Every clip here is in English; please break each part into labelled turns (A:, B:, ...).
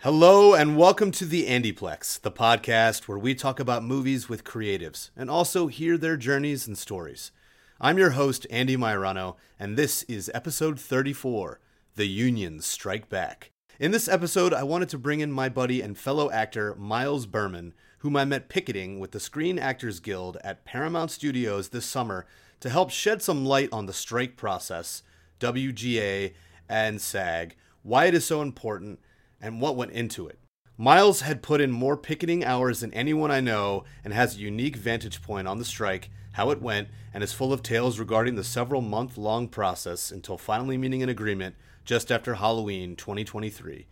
A: Hello and welcome to the Andyplex, the podcast where we talk about movies with creatives and also hear their journeys and stories. I'm your host, Andy Myrano, and this is episode 34 The Unions Strike Back. In this episode, I wanted to bring in my buddy and fellow actor, Miles Berman, whom I met picketing with the Screen Actors Guild at Paramount Studios this summer to help shed some light on the strike process, WGA, and SAG, why it is so important, and what went into it. Miles had put in more picketing hours than anyone I know and has a unique vantage point on the strike, how it went, and is full of tales regarding the several month long process until finally meeting an agreement just after Halloween 2023.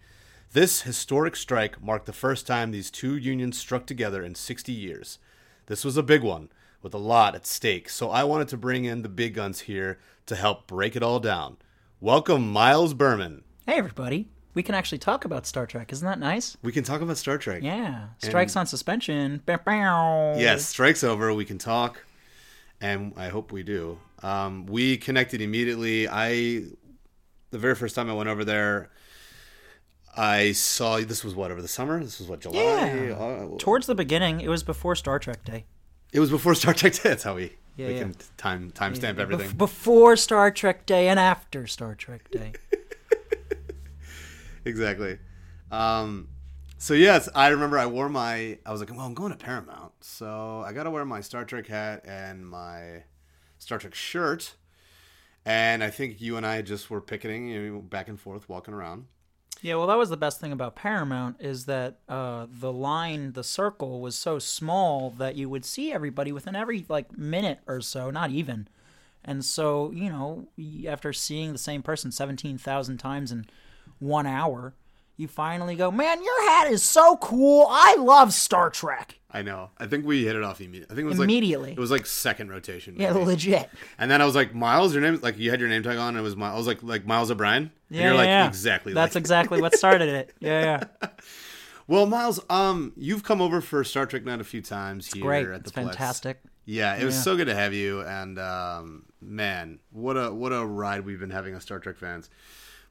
A: This historic strike marked the first time these two unions struck together in 60 years. This was a big one, with a lot at stake, so I wanted to bring in the big guns here to help break it all down. Welcome, Miles Berman.
B: Hey, everybody. We can actually talk about Star Trek. Isn't that nice?
A: We can talk about Star Trek.
B: Yeah. Strikes on suspension. Bow, bow.
A: Yes, strike's over. We can talk, and I hope we do. Um, we connected immediately. I, the very first time I went over there, I saw this was what over the summer. This was what July.
B: Yeah.
A: Uh,
B: Towards the beginning, it was before Star Trek Day.
A: it was before Star Trek. Day. That's how we
B: Yeah,
A: we
B: yeah.
A: can time timestamp
B: Bef-
A: everything.
B: before Star Trek Day and after Star Trek Day.
A: exactly. Um, so yes, I remember I wore my. I was like, well, I'm going to Paramount, so I got to wear my Star Trek hat and my Star Trek shirt. And I think you and I just were picketing you know, back and forth, walking around.
B: yeah, well, that was the best thing about Paramount is that uh, the line, the circle, was so small that you would see everybody within every like minute or so, not even. And so, you know, y- after seeing the same person 17,000 times in one hour, you finally go, man, your hat is so cool. I love Star Trek.
A: I know. I think we hit it off immediately. I think it was
B: Immediately.
A: Like, it was like second rotation.
B: Yeah,
A: maybe.
B: legit.
A: and then I was like, Miles, your name? Like you had your name tag on. and It was Miles. I was like, like Miles O'Brien. And
B: Yeah,
A: you're
B: yeah,
A: like
B: yeah.
A: exactly.
B: That's
A: like,
B: exactly what started it. Yeah, yeah.
A: well, Miles. Um, you've come over for Star Trek night a few times here
B: Great.
A: at the
B: It's
A: Plex.
B: fantastic.
A: Yeah, it was so good to have you, and um, man, what a what a ride we've been having as Star Trek fans.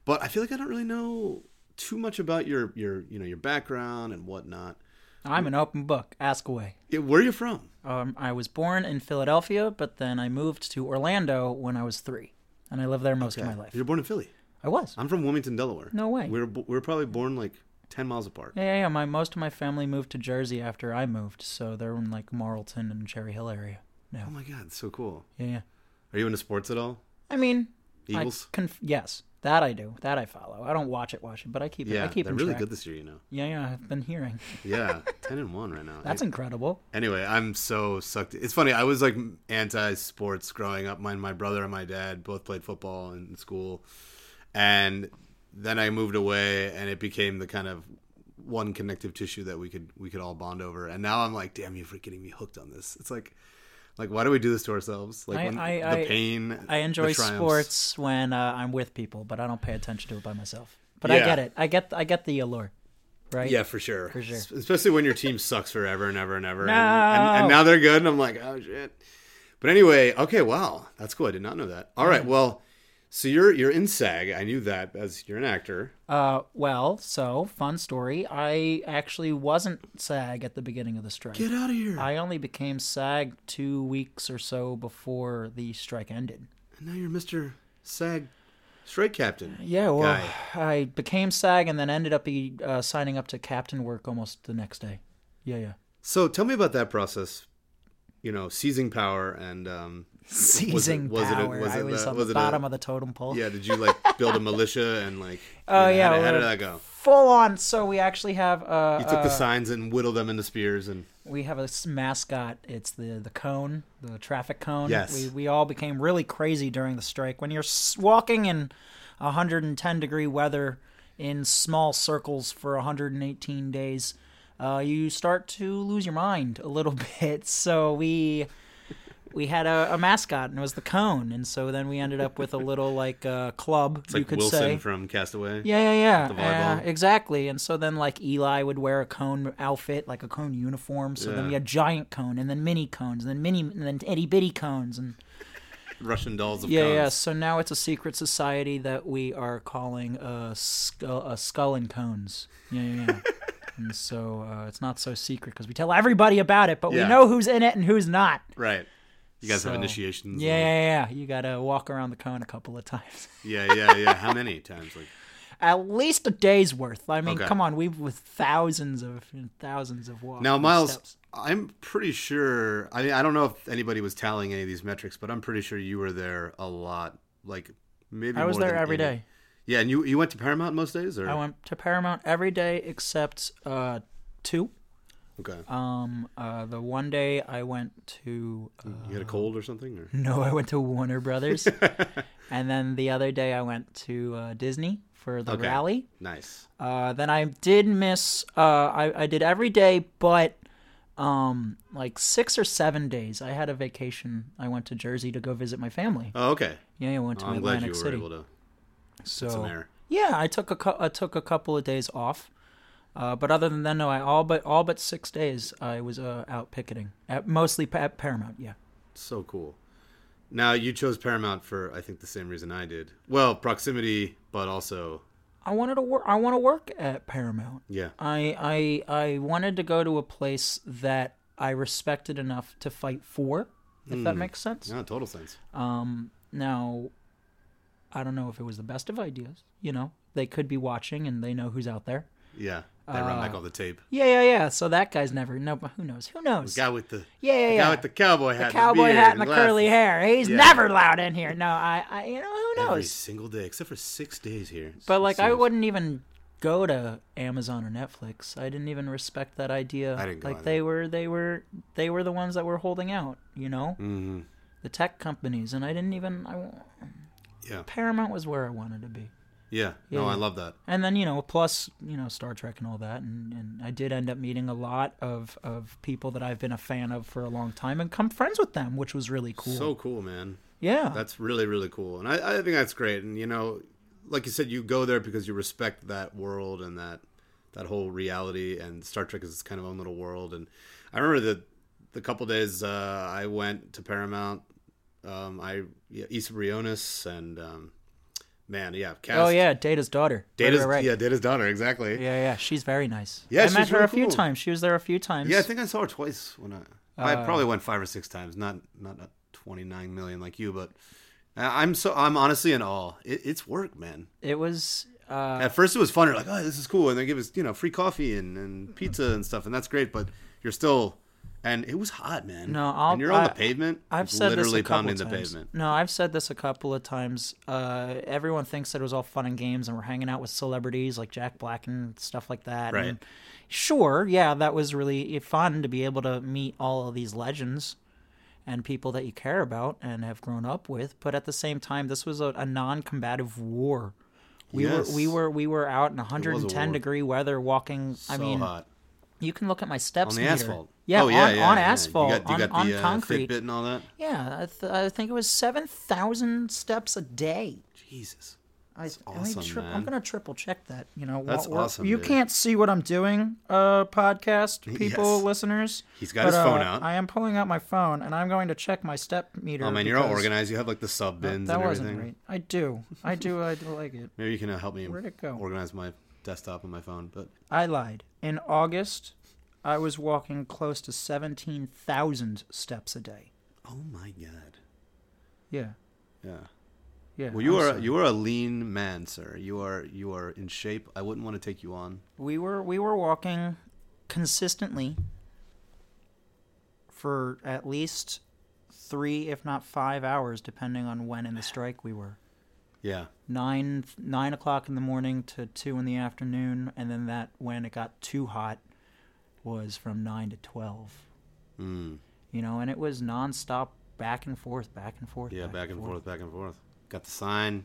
A: But I feel like I don't really know too much about your your you know your background and whatnot.
B: I'm an open book. Ask away.
A: Yeah, where are you from?
B: Um, I was born in Philadelphia, but then I moved to Orlando when I was three, and I lived there most of my life.
A: You're born in Philly.
B: I was.
A: I'm from Wilmington, Delaware.
B: No way.
A: We were bo- we were probably born like ten miles apart.
B: Yeah, yeah, yeah. My most of my family moved to Jersey after I moved, so they're in like Marlton and Cherry Hill area.
A: Oh
B: No,
A: my god, so cool.
B: yeah, yeah.
A: Are you into sports at all?
B: I mean, I
A: Eagles.
B: conf- yes, that I do. That I follow. I don't watch it, watch it, but I keep it.
A: yeah,
B: I keep
A: they're
B: in
A: really
B: track.
A: good this year, you know.
B: Yeah, yeah. I've been hearing.
A: Yeah, ten and one right now.
B: That's incredible.
A: Anyway, I'm so sucked. It's funny. I was like anti sports growing up. My my brother and my dad both played football in school, and then I moved away, and it became the kind of one connective tissue that we could we could all bond over. And now I'm like, damn you for getting me hooked on this. It's like, like why do we do this to ourselves? Like
B: I-
A: when,
B: I-
A: the
B: I-
A: pain.
B: I enjoy
A: the triumphs.
B: sports when uh, I'm with people, but I don't pay attention to it by myself. But I
A: Yeah.
B: get it. I get I get the allure, right?
A: Yeah, for sure. For
B: sure.
A: Especially when your team sucks forever and ever and ever. And, and, and now they're good, and I'm like, oh shit. But anyway, okay, wow, that's cool. I did not know that. All right, well, so you're you're in SAG. I knew that as you're an actor.
B: Uh, well, so fun story. I actually wasn't SAG at the beginning of the strike.
A: Get out of here.
B: I only became SAG two weeks or so before the strike ended.
A: and now you're Mr. SAG strike captain.
B: Yeah, well,
A: Guy.
B: I became SAG and then ended up be, uh, signing up to captain work almost the next day. Yeah, yeah.
A: So tell me about that process. You know, seizing power and um,
B: Seizing
A: was it a-
B: power.
A: was
B: I
A: it
B: was
A: a-
B: on
A: was it
B: the
A: a-
B: bottom of the totem pole.
A: yeah. Did you like build a militia and like?
B: Oh,
A: you know,
B: yeah,
A: How, did- how
B: well,
A: did that go?
B: Full on. So we actually have uh,
A: You took the signs and whittled them into spears and.
B: we have a s- mascot. It's the the cone, the traffic cone.
A: Yes.
B: We we all became really crazy during the strike. When you're s- walking in 110 degree weather in small circles for 118 days, uh, you start to lose your mind a little bit. So we we had a, a mascot and it was the cone, and so then we ended up with a little like uh, club
A: It's
B: you
A: like
B: could
A: Wilson
B: say.
A: from Castaway.
B: Yeah, yeah, yeah.
A: volleyball.
B: Uh, exactly. And so then, like, Eli would wear a cone outfit, like a cone uniform. So then we
A: Yeah.
B: had giant cone, and then mini cones, and then mini, and then itty bitty cones. And
A: Russian dolls of
B: Yeah,
A: cons.
B: yeah. So now it's a secret society that we are calling uh, skull, uh, skull and Cones. Yeah, yeah, yeah. and so uh, it's not so secret because we tell everybody about it, but
A: Yeah.
B: we know who's in it and who's not.
A: Right. You guys have
B: So-
A: initiations.
B: Yeah, yeah, yeah. You gotta walk around the cone a couple of times,
A: and- Yeah, yeah, yeah. How many times? Like,
B: at least a day's worth. I mean,
A: Okay.
B: come on, we've with thousands of thousands of walks.
A: now,
B: and
A: Miles,
B: steps.
A: I'm pretty sure. I mean, I don't know if anybody was tallying any of these metrics, but I'm pretty sure you were there a lot. Like, maybe
B: I was
A: more
B: there
A: than
B: every day.
A: any- Yeah, and you you went to Paramount most days, or
B: I went to Paramount every day except uh, two.
A: okay,
B: Um, uh, the one day I went to uh,
A: you had a cold or something, or
B: no, I went to Warner Brothers, and then the other day I went to uh, Disney for the
A: Okay.
B: rally.
A: nice.
B: Uh, then I did miss. Uh, I I did every day, but um, like six or seven days. I had a vacation. I went to Jersey to go visit my family.
A: Oh, okay.
B: Yeah, I went to
A: I'm glad
B: Atlantic
A: you were
B: City. Oh.
A: able to.
B: so
A: some air.
B: yeah, I took a cou- I took a couple of days off. Uh, but other than that, no, I all but all but six days I was uh, out picketing at mostly pa- at Paramount. Yeah.
A: So cool. Now you chose Paramount for I think the same reason I did. Well, proximity, but also
B: I wanted to work. I want to work at Paramount.
A: yeah,
B: I I I wanted to go to a place that I respected enough to fight for, if
A: Hmm.
B: that makes sense.
A: no, total sense.
B: Um, now, I don't know if it was the best of ideas. You know, they could be watching and they know who's out there.
A: Yeah, they run
B: uh,
A: back all the tape.
B: Yeah, yeah, yeah. So that guy's never. No, but who knows? Who knows?
A: Guy with the
B: yeah, yeah,
A: guy
B: yeah.
A: with the cowboy hat,
B: cowboy
A: beard
B: hat and the
A: glasses.
B: curly hair. He's
A: Yeah.
B: never loud in here. No, I, I you know, who
A: Every
B: knows?
A: single day, except for six days here.
B: But like, I
A: Seems-
B: wouldn't even go to Amazon or Netflix. I didn't even respect that idea.
A: I didn't go
B: like
A: either.
B: they were, they were, they were the ones that were holding out. You know,
A: Mhm.
B: the tech companies, and I didn't even. I,
A: Yeah,
B: Paramount was where I wanted to be.
A: yeah. No,
B: Yeah.
A: I love that.
B: and then you know plus you know star trek and all that and, and i did end up meeting a lot of of people that i've been a fan of for a long time and come friends with them which was really cool
A: So cool, man.
B: yeah
A: That's really really cool, and I, I think that's great. And you know, like you said, you go there because you respect that world and that that whole reality. And Star Trek is its kind of own little world. And I remember the the couple days uh, I went to Paramount, um, I yeah, Issa Briones and um, man, yeah, cast,
B: oh yeah data's daughter Right,
A: Data's,
B: right, right.
A: yeah, Data's daughter, exactly. Yeah.
B: yeah yeah she's very nice
A: Yeah,
B: i
A: she's
B: met her
A: really
B: a few
A: cool.
B: times she was there a few times
A: I think I saw her twice when I
B: Uh,
A: I probably went five or six times, not not twenty nine million like you, but. I- I'm so I'm honestly in awe. It, it's work, man.
B: it was uh
A: At first, it was fun. You're like, oh, this is cool, and they give us you know free coffee and, and pizza and stuff, and that's great. But you're still, and it was hot, man.
B: No, I'll-
A: and you're on the
B: I-
A: pavement.
B: I've
A: It's
B: said
A: literally
B: this a couple
A: pounding
B: times.
A: the pavement.
B: No, I've said this a couple of times. Uh, everyone thinks that it was all fun and games, and we're hanging out with celebrities like Jack Black and stuff like that.
A: Right.
B: And sure, yeah, that was really fun to be able to meet all of these legends and people that you care about and have grown up with. But at the same time, this was a, a non-combative war. We
A: Yes.
B: were we were we were out in
A: war.
B: 110 degree weather, walking. I
A: So
B: mean,
A: hot
B: you can look at my steps
A: on the
B: meter.
A: asphalt.
B: Yeah,
A: oh, yeah,
B: on,
A: yeah,
B: on
A: yeah.
B: asphalt,
A: You got, you
B: on,
A: got
B: on
A: the, uh,
B: concrete.
A: Fitbit and all that.
B: Yeah, I, th- I think it was seven thousand steps a day.
A: Jesus,
B: I, let me
A: awesome,
B: tri-
A: man.
B: I'm gonna triple check that. You know,
A: That's
B: while we're-
A: awesome,
B: You
A: dude.
B: can't see what I'm doing, uh, podcast people,
A: Yes.
B: listeners.
A: He's got his
B: but,
A: phone
B: uh,
A: out.
B: I am pulling out my phone and I'm going to check my step meter.
A: oh man, you're all
B: because
A: organized. You have like the sub bins
B: That
A: and
B: wasn't
A: everything.
B: right. I do. I do. I do like it.
A: Maybe you can uh, help me
B: Where'd it go?
A: organize my desktop and my phone. But
B: I lied. In August, I was walking close to seventeen thousand steps a day.
A: oh my god,
B: Yeah.
A: yeah.
B: Yeah.
A: Well, you
B: I'm
A: are
B: sorry.
A: you are a lean man, sir. You are you are in shape. I wouldn't want to take you on.
B: we were we were walking consistently for at least three if not five hours depending on when in the strike we were
A: Yeah.
B: nine nine o'clock in the morning to two in the afternoon and then that when it got too hot was from nine to twelve
A: Mm.
B: you know and it was nonstop back and forth back and forth
A: Yeah, back and forth, back and forth. Got the sign.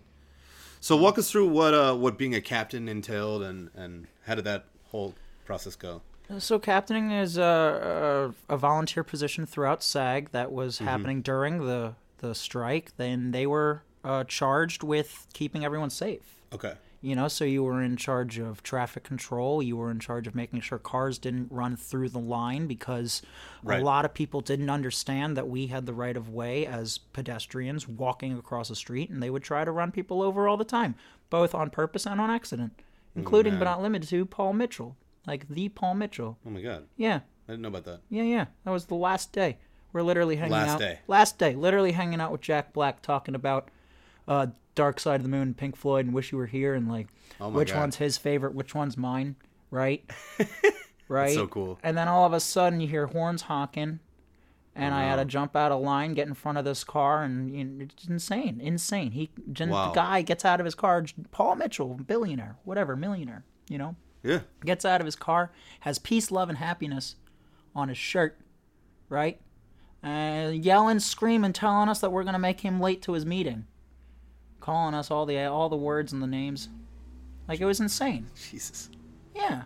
A: So walk us through what uh, what being a captain entailed, and and how did that whole process go?
B: So captaining is a, a, a volunteer position throughout SAG that was happening during the the strike. Then they were uh, charged with keeping everyone safe.
A: Okay.
B: You know, so you were in charge of traffic control. You were in charge of making sure cars didn't run through the line because
A: Right.
B: a lot of people didn't understand that we had the right of way as pedestrians walking across a street, and they would try to run people over all the time, both on purpose and on accident, including but not limited to Paul Mitchell, like the Paul Mitchell.
A: Oh my god,
B: Yeah,
A: I didn't know about that.
B: yeah, yeah. That was the last day. We're literally hanging
A: Last
B: out.
A: day.
B: Last day. Literally hanging out with Jack Black talking about uh, Dark Side of the Moon, Pink Floyd, and Wish You Were Here, and like
A: Oh my
B: which
A: God.
B: one's his favorite, which one's mine, right? right.
A: so cool.
B: And then all of a sudden you hear horns honking, and I had to jump out of line, get in front of this car, and you know, it's insane, insane. He, gen-
A: Wow.
B: the guy gets out of his car. Paul Mitchell, billionaire, whatever, millionaire, you know
A: Yeah.
B: gets out of his car, has peace, love, and happiness on his shirt, right? And yelling, screaming, telling us that we're gonna make him late to his meeting, calling us all the all the words and the names, like it was insane.
A: Jesus.
B: Yeah,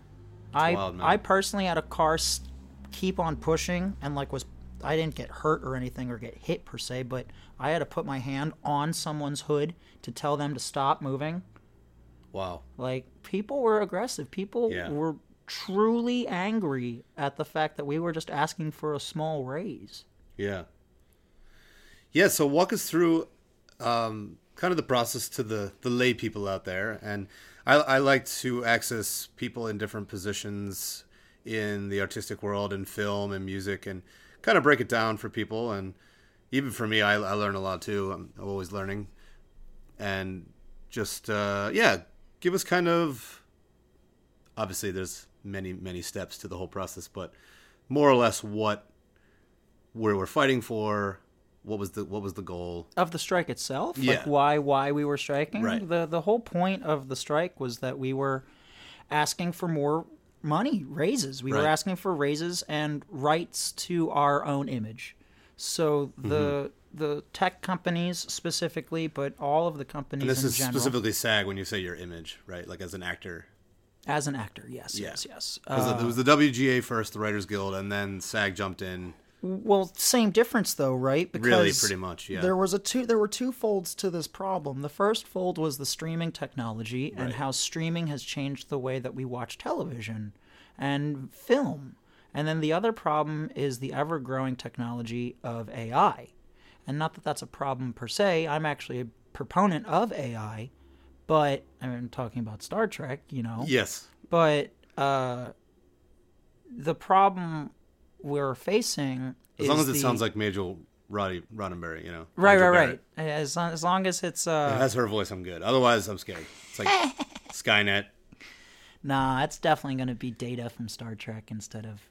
B: I
A: wild, man.
B: I personally had a car s- keep on pushing and like was I didn't get hurt or anything or get hit per se, but I had to put my hand on someone's hood to tell them to stop moving.
A: Wow.
B: Like people were aggressive. People
A: Yeah.
B: were truly angry at the fact that we were just asking for a small raise.
A: Yeah. Yeah. So walk us through um, kind of the process to the the lay people out there, and I, I like to access people in different positions in the artistic world, in film and music, and kind of break it down for people. And even for me, I, I learn a lot too. I'm always learning, and just uh, yeah, give us kind of obviously there's many many steps to the whole process, but more or less what where we're fighting for what was the what was the goal
B: Of the strike itself,
A: Yeah.
B: like why why we were striking.
A: Right.
B: The the whole point of the strike was that we were asking for more money raises. We
A: Right.
B: were asking for raises and rights to our own image. So
A: Mm-hmm.
B: the the tech companies specifically, but all of the companies
A: this
B: in
A: is
B: general.
A: specifically sag when you say your image right like as an actor
B: as an actor, yes,
A: Yeah.
B: yes, yes.
A: 'Cause it was the wga first the writers guild and then sag jumped in
B: Well, same difference though, right? Because
A: pretty much, yeah.
B: There was a two. There were two folds to this problem. The first fold was the streaming technology and how streaming has changed the way that we watch television and film. And then the other problem is the ever-growing technology of AI. And not that that's a problem per se. I'm actually a proponent of AI, but I'm talking about Star Trek. You know
A: yes
B: but uh, the problem we're facing
A: as
B: is
A: long as it
B: the-
A: sounds like major roddy roddenberry you know
B: right,
A: Roger
B: right,
A: Barrett.
B: right. As long, as long as it's uh,
A: If that's her voice i'm good otherwise i'm scared it's like skynet
B: nah, it's definitely going to be Data from Star Trek instead of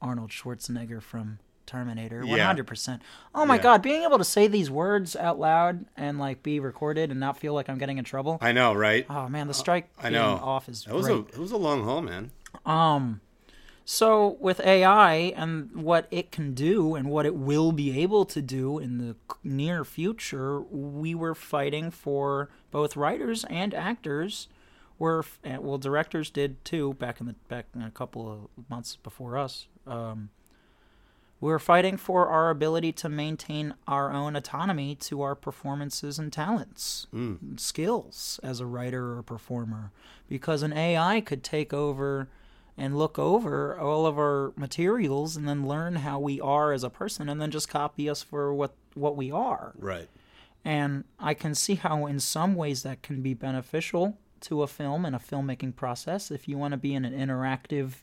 B: Arnold Schwarzenegger from Terminator. One
A: Yeah.
B: hundred percent. Oh my
A: Yeah.
B: god, being able to say these words out loud and like be recorded and not feel like I'm getting in trouble.
A: i know right
B: oh man, the strike
A: i
B: being
A: know
B: off is
A: it was
B: great.
A: a it was a long haul man
B: Um, so with AI and what it can do and what it will be able to do in the c- near future, we were fighting for both writers and actors. Were f- eh, well, directors did too back in the back in a couple of months before us. Um, we were fighting for our ability to maintain our own autonomy to our performances and talents, and skills as a writer or performer, because an AI could take over and look over all of our materials and then learn how we are as a person and then just copy us for what, what we are.
A: right
B: And I can see how, in some ways, that can be beneficial to a film and a filmmaking process if you want to be in an interactive,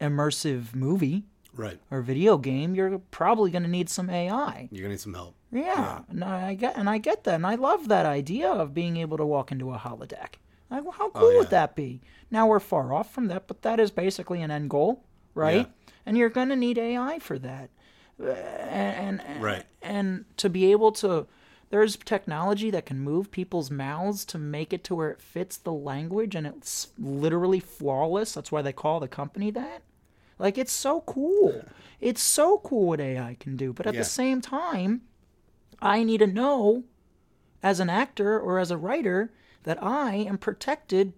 B: immersive movie
A: right
B: or video game, you're probably going to need some AI.
A: you're gonna need some help
B: Yeah, No, I get and I get that, and I love that idea of being able to walk into a holodeck. Like, well, how cool
A: yeah.
B: would that be? Now we're far off from that, but that is basically an end goal, right? And you're going to need AI for that, Uh, and, and
A: Right.
B: and to be able to. There's technology that can move people's mouths to make it to where it fits the language and it's literally flawless. That's why they call the company that. Like it's so cool. It's so cool what AI can do. But at
A: Yeah.
B: the same time, I need to know as an actor or as a writer that I am protected.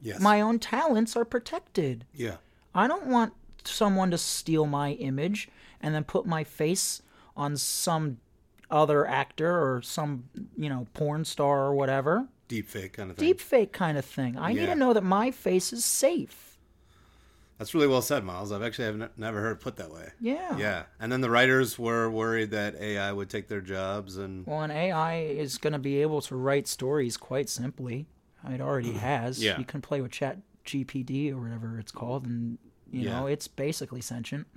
A: yes
B: My own talents are protected.
A: yeah
B: I don't want someone to steal my image and then put my face on some other actor or some, you know, porn star or whatever.
A: deep fake kind of thing.
B: deep fake kind of thing. I need
A: Yeah.
B: to know that my face is safe.
A: That's really well said, Miles. I've actually have n- never heard it put that way.
B: Yeah.
A: Yeah. And then the writers were worried that AI would take their jobs and
B: Well, an AI is going to be able to write stories quite simply. It already has.
A: Mm. Yeah.
B: You can play with Chat GPD or whatever it's called, and you
A: Yeah.
B: know it's basically sentient.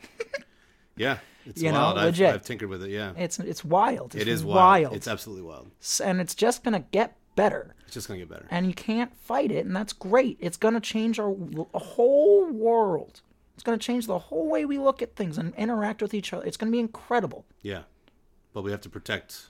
A: yeah, it's
B: You know,
A: wild. I've,
B: legit.
A: I've tinkered with it. Yeah.
B: It's it's wild. It's
A: It is wild.
B: wild.
A: It's absolutely wild.
B: S- and it's just going to get better.
A: It's just going to get better.
B: and you can't fight it, and that's great. It's going to change our w- whole world. It's going to change the whole way we look at things and interact with each other. It's going to be incredible.
A: Yeah. But we have to protect.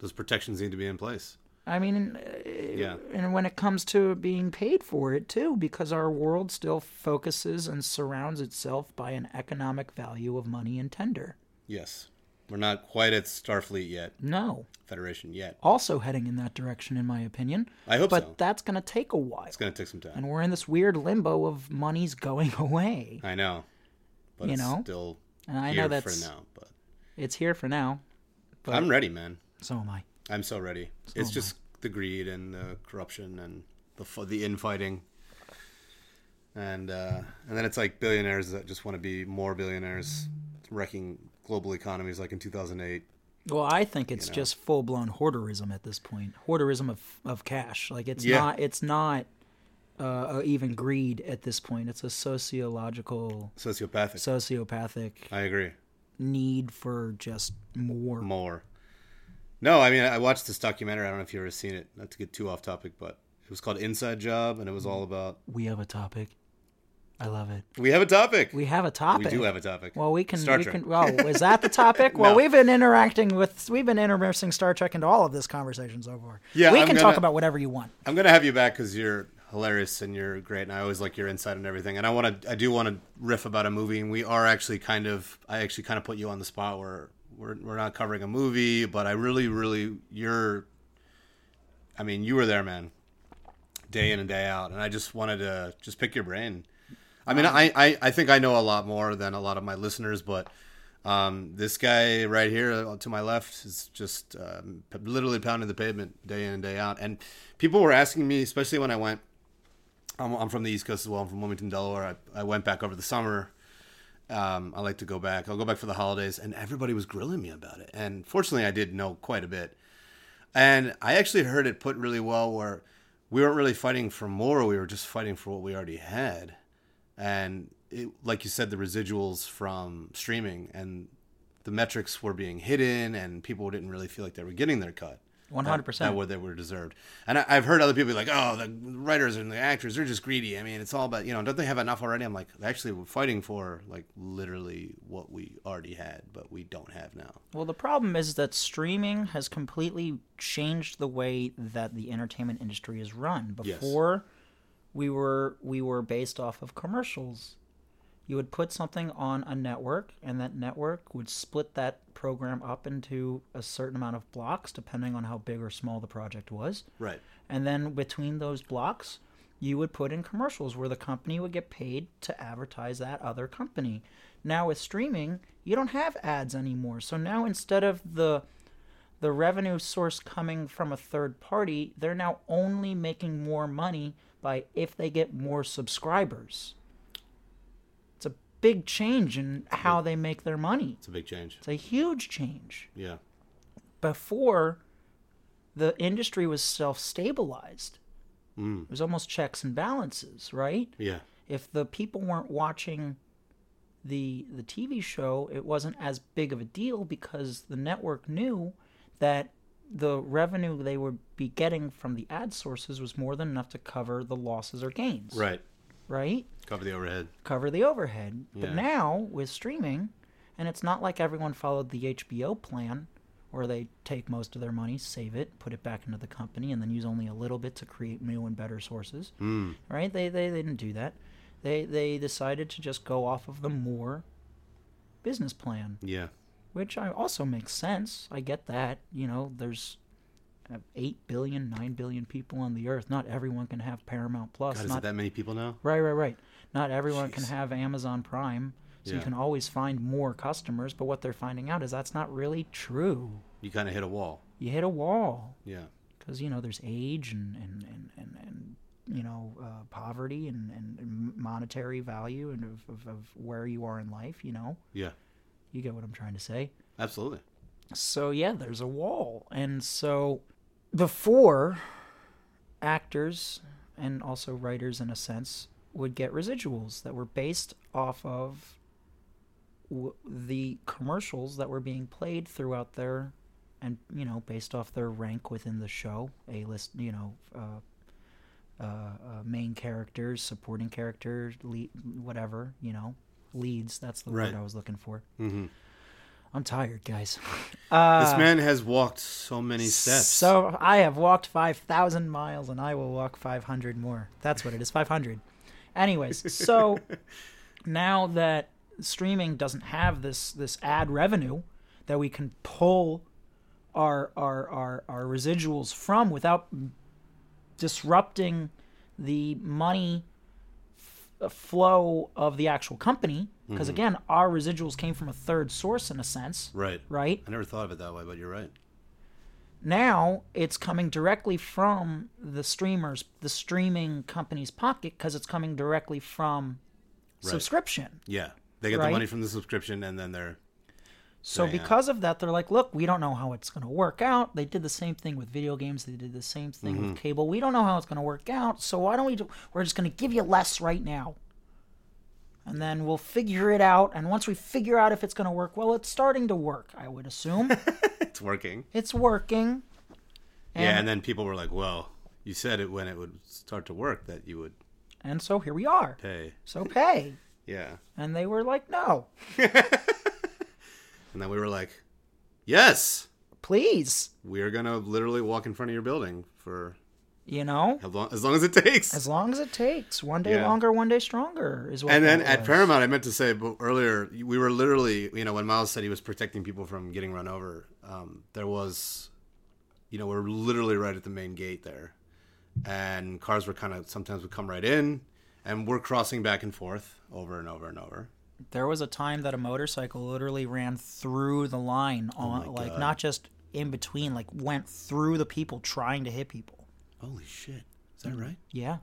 A: Those protections need to be in place.
B: I mean, uh,
A: Yeah.
B: and when it comes to being paid for it too, because our world still focuses and surrounds itself by an economic value of money and tender.
A: Yes. We're not quite at Starfleet yet,
B: No,
A: Federation yet.
B: also heading in that direction, in my opinion.
A: I hope
B: but
A: so.
B: that's going to take a while,
A: It's going to take some time.
B: and we're in this weird limbo of money's going away.
A: I know. But
B: You
A: it's
B: know?
A: still
B: And I
A: here
B: know that's
A: for now. But
B: it's here for now. But-
A: I'm ready, man.
B: So am I.
A: I'm so ready. it's just the greed and the corruption and the fu- the infighting, and uh, and then it's like billionaires that just want to be more billionaires, wrecking global economies like in 2008.
B: Well, I think it's just full blown hoarderism at this point. Hoarderism of of cash. Like it's
A: Yeah.
B: not it's not uh, even greed at this point. It's a sociological,
A: Sociopathic.
B: sociopathic
A: I agree.
B: need for just more.
A: More. No, I mean I watched this documentary. I don't know if you've ever seen it. Not to get too off topic, but it was called Inside Job, and it was all about.
B: We have a topic. I love it.
A: We have a topic.
B: We have a
A: We
B: topic.
A: do have a topic.
B: Well, we can.
A: Star
B: we
A: Trek.
B: can. Well, is that the topic? Well,
A: No.
B: we've been interacting with. We've been intermixing Star Trek into all of this conversation so far.
A: Yeah,
B: we
A: I'm
B: can talk
A: gonna-
B: about whatever you want.
A: I'm gonna have you back because you're hilarious and you're great, and I always like your insight and everything. And I want to, I do want to riff about a movie, and we are actually kind of, I actually kind of put you on the spot where we're we're not covering a movie, but I really, really, you're, I mean, you were there, man, day in and day out, and I just wanted to just pick your brain. I mean, I, I, I think I know a lot more than a lot of my listeners, but um, this guy right here uh, to my left is just um, p- literally pounding the pavement day in and day out. And people were asking me, especially when I went, I'm, I'm from the East Coast as well. I'm from Wilmington, Delaware. I, I went back over the summer. Um, I like to go back. I'll go back for the holidays. And everybody was grilling me about it. And fortunately, I did know quite a bit. And I actually heard it put really well where we weren't really fighting for more, we were just fighting for what we already had. And it, like you said, the residuals from streaming and the metrics were being hidden, and people didn't really feel like they were getting their cut.
B: One
A: that-
B: hundred percent.
A: That where they were deserved. And I, I've heard other people be like, oh, the writers and the actors, they're just greedy. I mean, it's all about, you know, don't they have enough already? I'm like, actually, we're fighting for, like, literally what we already had, but we don't have now.
B: Well, the problem is that streaming has completely changed the way that the entertainment industry is run. Before, we were we were based off of commercials. You would put something on a network, and that network would split that program up into a certain amount of blocks, depending on how big or small the project was.
A: Right.
B: And then between those blocks, you would put in commercials where the company would get paid to advertise that other company. Now with streaming, you don't have ads anymore. So now instead of the the revenue source coming from a third party, they're now only making more money by if they get more subscribers. It's a big change in how they make their money.
A: It's a big change.
B: It's a huge change
A: Yeah.
B: before the industry was self-stabilized it was almost checks and balances right
A: Mm, Yeah.
B: if the people weren't watching the the tv show it wasn't as big of a deal because the network knew that the revenue they would be getting from the ad sources was more than enough to cover the losses or gains
A: Right.
B: right
A: Cover the overhead.
B: cover the overhead.
A: Yeah.
B: But now with streaming, and it's not like everyone followed the HBO plan where they take most of their money, save it, put it back into the company, and then use only a little bit to create new and better sources. Mm. Right? They, they they didn't do that. They they decided to just go off of the Moore business plan,
A: Yeah.
B: which I also makes sense. I get that. You know, there's uh, 8 billion, 9 billion people on the earth. Not everyone can have Paramount Plus.
A: God, is
B: not
A: it that many people now?
B: Right, right, right. Not everyone can
A: Jeez.
B: have Amazon Prime, so
A: Yeah.
B: you can always find more customers, but what they're finding out is that's not really true.
A: You kind of hit a wall.
B: You hit a wall.
A: Yeah.
B: because you know there's age and and and and, and you know uh, poverty and, and and monetary value and of, of, of where you are in life. You know,
A: Yeah.
B: you get what I'm trying to say.
A: Absolutely.
B: So yeah, there's a wall, and so before actors and also writers, in a sense, would get residuals that were based off of w- the commercials that were being played throughout their, and you know, based off their rank within the show, a list, you know, uh, uh, uh, main characters, supporting characters, lead, whatever, you know, leads. That's the
A: Right.
B: word I was looking for.
A: Mm-hmm.
B: I'm tired, guys.
A: this man has walked Ah. so many steps.
B: So I have walked 5,000 miles and I will walk 500 more. That's what it is, 500. Anyways, so now that streaming doesn't have this this ad revenue that we can pull our our our, our residuals from without disrupting the money f- uh, flow of the actual company because again our residuals came from a third source in a sense
A: right.
B: right
A: I never thought of it that way, but you're right.
B: now it's coming directly from the streamers the streaming company's pocket because it's coming directly from
A: Right.
B: subscription
A: Yeah. They get the
B: Right.
A: money from the subscription and then they're
B: so
A: Yeah.
B: because of that they're like look we don't know how it's going to work out they did the same thing with video games they did the same thing
A: Mm-hmm.
B: with cable we don't know how it's going to work out so why don't we do we're just going to give you less right now and then we'll figure it out and once we figure out if it's going to work well it's starting to work i would assume
A: it's working.
B: it's working
A: yeah, and then people were like, Well, you said it when it would start to work that you would
B: and so here we are
A: pay.
B: so pay
A: Yeah.
B: And they were like, no,
A: And then we were like, Yes.
B: please,
A: We are gonna literally walk in front of your building for
B: you know,
A: as long as, long as it takes.
B: as long as it takes. One day
A: Yeah.
B: longer, one day stronger is what
A: and then
B: that
A: at
B: was.
A: Paramount, I meant to say but earlier, we were literally, you know, when Miles said he was protecting people from getting run over, um, there was, you know, we're literally right at the main gate there. And cars were kind of sometimes would come right in, and we're crossing back and forth over and over and over.
B: There was a time that a motorcycle literally ran through the line
A: Oh
B: on, like, not just in between, like, went through the people trying to hit people.
A: Holy shit. Is that right?
B: Yeah.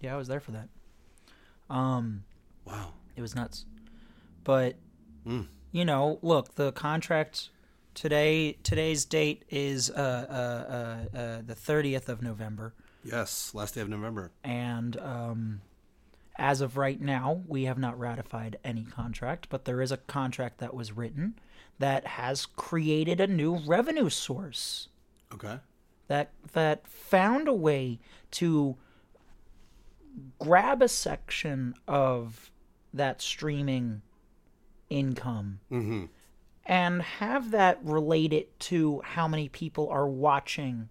B: Yeah, I was there for that. Um,
A: Wow. Hmm.
B: It was nuts. But you know, look, the contract today today's date is uh, uh, uh, uh, the 30th of November.
A: Yes. Last day of November.
B: and um, as of right now, we have not ratified any contract, but there is a contract that was written that has created a new revenue source
A: Okay.
B: that that found a way to grab a section of that streaming income and have that relate it to how many people are watching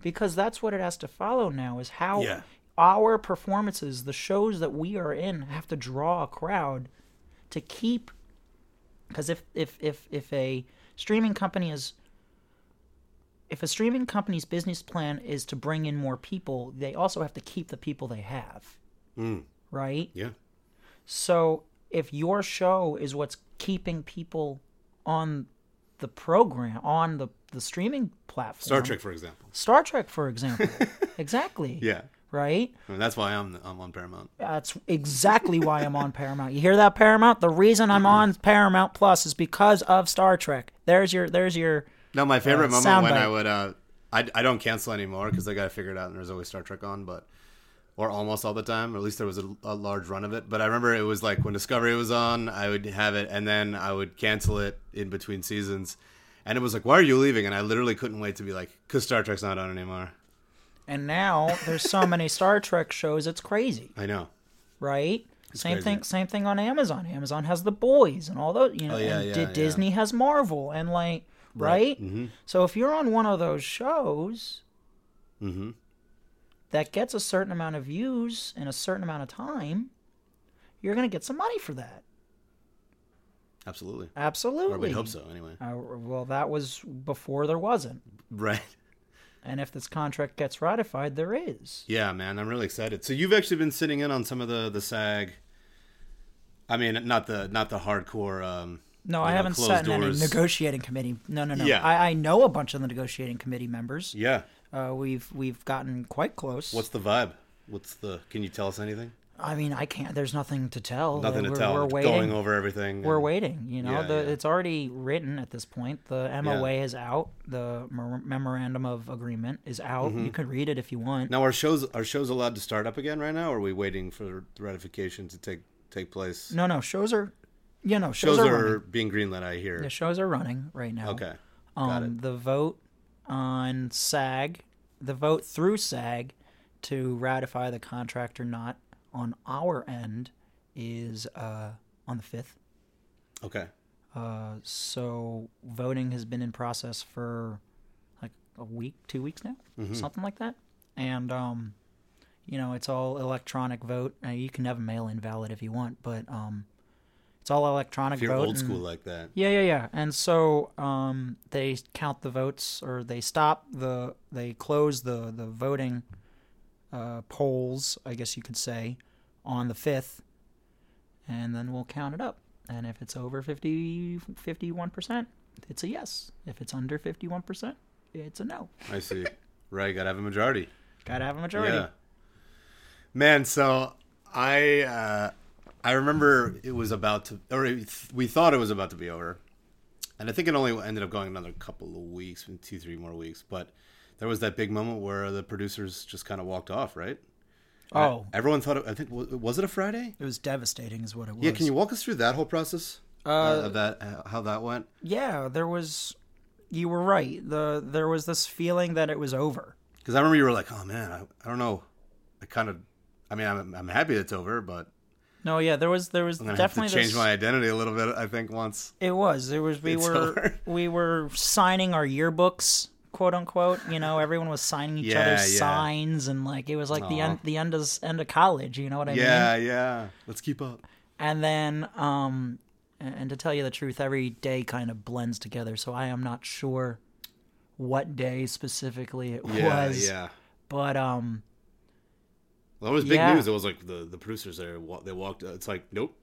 B: because that's what it has to follow now is how
A: Yeah.
B: our performances the shows that we are in have to draw a crowd to keep because if if if if a streaming company is if a streaming company's business plan is to bring in more people, they also have to keep the people they have.
A: Hmm.
B: Right?
A: Yeah.
B: So if your show is what's keeping people on the program, on the, the streaming platform.
A: Star Trek, for example.
B: Star Trek, for example. exactly.
A: Yeah.
B: Right?
A: I mean, that's why I'm, I'm on Paramount.
B: That's exactly why I'm on Paramount. You hear that Paramount? The reason I'm on Paramount Plus is because of Star Trek. There's your there's your
A: No, my favorite moment
B: sound
A: when
B: bite.
A: I would uh, I I don't cancel anymore because I got to figure it out, and there's always Star Trek on, but or almost all the time, or at least there was a, a large run of it. But I remember it was like when Discovery was on, I would have it, and then I would cancel it in between seasons, and it was like, why are you leaving? And I literally couldn't wait to be like, because Star Trek's not on anymore.
B: and now there's so many Star Trek shows it's crazy.
A: I know.
B: right? same
A: crazy.
B: thing. Same thing on Amazon. Amazon has the boys and all those. You know,
A: Oh, yeah,
B: and
A: yeah,
B: Di-
A: yeah.
B: Disney has Marvel and like right.
A: Right. Mhm.
B: So if you're on one of those shows
A: Mm-hmm.
B: that gets a certain amount of views in a certain amount of time, you're gonna get some money for that.
A: Absolutely.
B: Absolutely.
A: Or we hope so, anyway.
B: Uh, well, that was before there wasn't,
A: Right.
B: and if this contract gets ratified, there is.
A: Yeah, man, I'm really excited. So you've actually been sitting in on some of the the SAG. I mean, not the not the hardcore um,
B: No,
A: you
B: I
A: know,
B: haven't
A: closed
B: sat in any
A: doors.
B: negotiating committee. No, no, no.
A: Yeah.
B: I, I know a bunch of the negotiating committee members.
A: Yeah.
B: Uh, we've we've gotten quite close.
A: What's the vibe? What's the? Can you tell us anything?
B: I mean, I can't. There's nothing to tell.
A: Nothing
B: we're,
A: to tell.
B: We're
A: It's
B: waiting.
A: Going over everything.
B: we're
A: and-
B: waiting. You know,
A: Yeah,
B: the,
A: yeah.
B: it's already written at this point. The MOA is out. The mer- memorandum of agreement is out.
A: Mm-hmm.
B: You could read it if you want.
A: Now our shows our shows allowed to start up again right now. Or are we waiting for the ratification to take take place?
B: No, no, shows are. Yeah, no, shows,
A: shows
B: are. running.
A: are being greenlit. I hear.
B: The shows are running right now.
A: Okay.
B: Um,
A: Got it.
B: The vote on SAG, the vote through SAG to ratify the contract or not on our end is uh, on the 5th.
A: Okay.
B: Uh, so voting has been in process for like a week, two weeks now,
A: Mm-hmm.
B: something like that. And, um, you know, it's all electronic vote. Uh, you can have a mail in ballot if you want, but um, it's all electronic
A: If you're
B: vote.
A: old
B: and-
A: school like that.
B: yeah, yeah, yeah. And so um, they count the votes, or they stop the, they close the the voting uh, polls, I guess you could say, on the fifth, and then we'll count it up. And if it's over 51 percent, it's a yes. If it's under fifty one percent, it's a no.
A: I see. right. Gotta have a majority.
B: Gotta have a majority.
A: Yeah. Man, so I uh, I remember it was about to, or it, we thought it was about to be over, and I think it only ended up going another couple of weeks, two, three more weeks. But there was that big moment where the producers just kind of walked off, right?
B: Oh,
A: Everyone thought it, I think wa- was it a Friday?
B: it was devastating, is what it was.
A: Yeah. Can you walk us through that whole process? Uh, of that how that went?
B: Yeah, there was. You were right. The there was this feeling that it was over.
A: Because I remember you were like, "Oh man, I, I don't know." I kind of, I mean, I'm, I'm happy it's over, but
B: No, yeah, there was there was
A: I'm gonna
B: definitely
A: have to change
B: this,
A: my identity a little bit. I think once
B: It was. It was. We
A: It's
B: were.
A: over.
B: We were signing our yearbooks, quote unquote. You know, everyone was signing each
A: Yeah,
B: other's
A: yeah.
B: signs, and like it was like the end, the end of s- end of college. You know what I mean?
A: Yeah, yeah. Let's keep up.
B: And then, um, a- and to tell you the truth, every day kind of blends together. So I am not sure what day specifically it
A: Yeah,
B: was,
A: yeah.
B: but um,
A: That was big
B: Yeah.
A: news. It was like the the producers there. wa- They walked. It's like nope.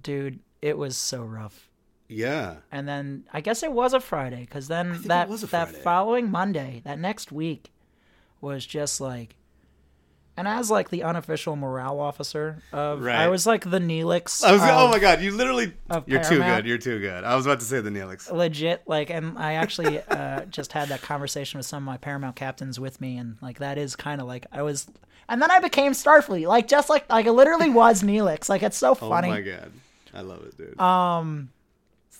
B: dude, it was so rough.
A: Yeah,
B: And then I guess it was a Friday because then
A: think it
B: that
A: was a
B: that
A: Friday.
B: following Monday, that next week, was just like, and as like the unofficial morale officer of, I
A: Right.
B: was like the Neelix.
A: I was. oh
B: of
A: my god, you literally.
B: of
A: You're too
B: Paramount. Oh,
A: good. You're too good. I was about to say the Neelix.
B: legit like, and I actually uh, just had that conversation with some of my Paramount captains with me, and like that is kind of like I was, and then I became Starfleet, like just like like I literally was Neelix, like it's so
A: Oh
B: funny. Uh,
A: my god, I love it, dude.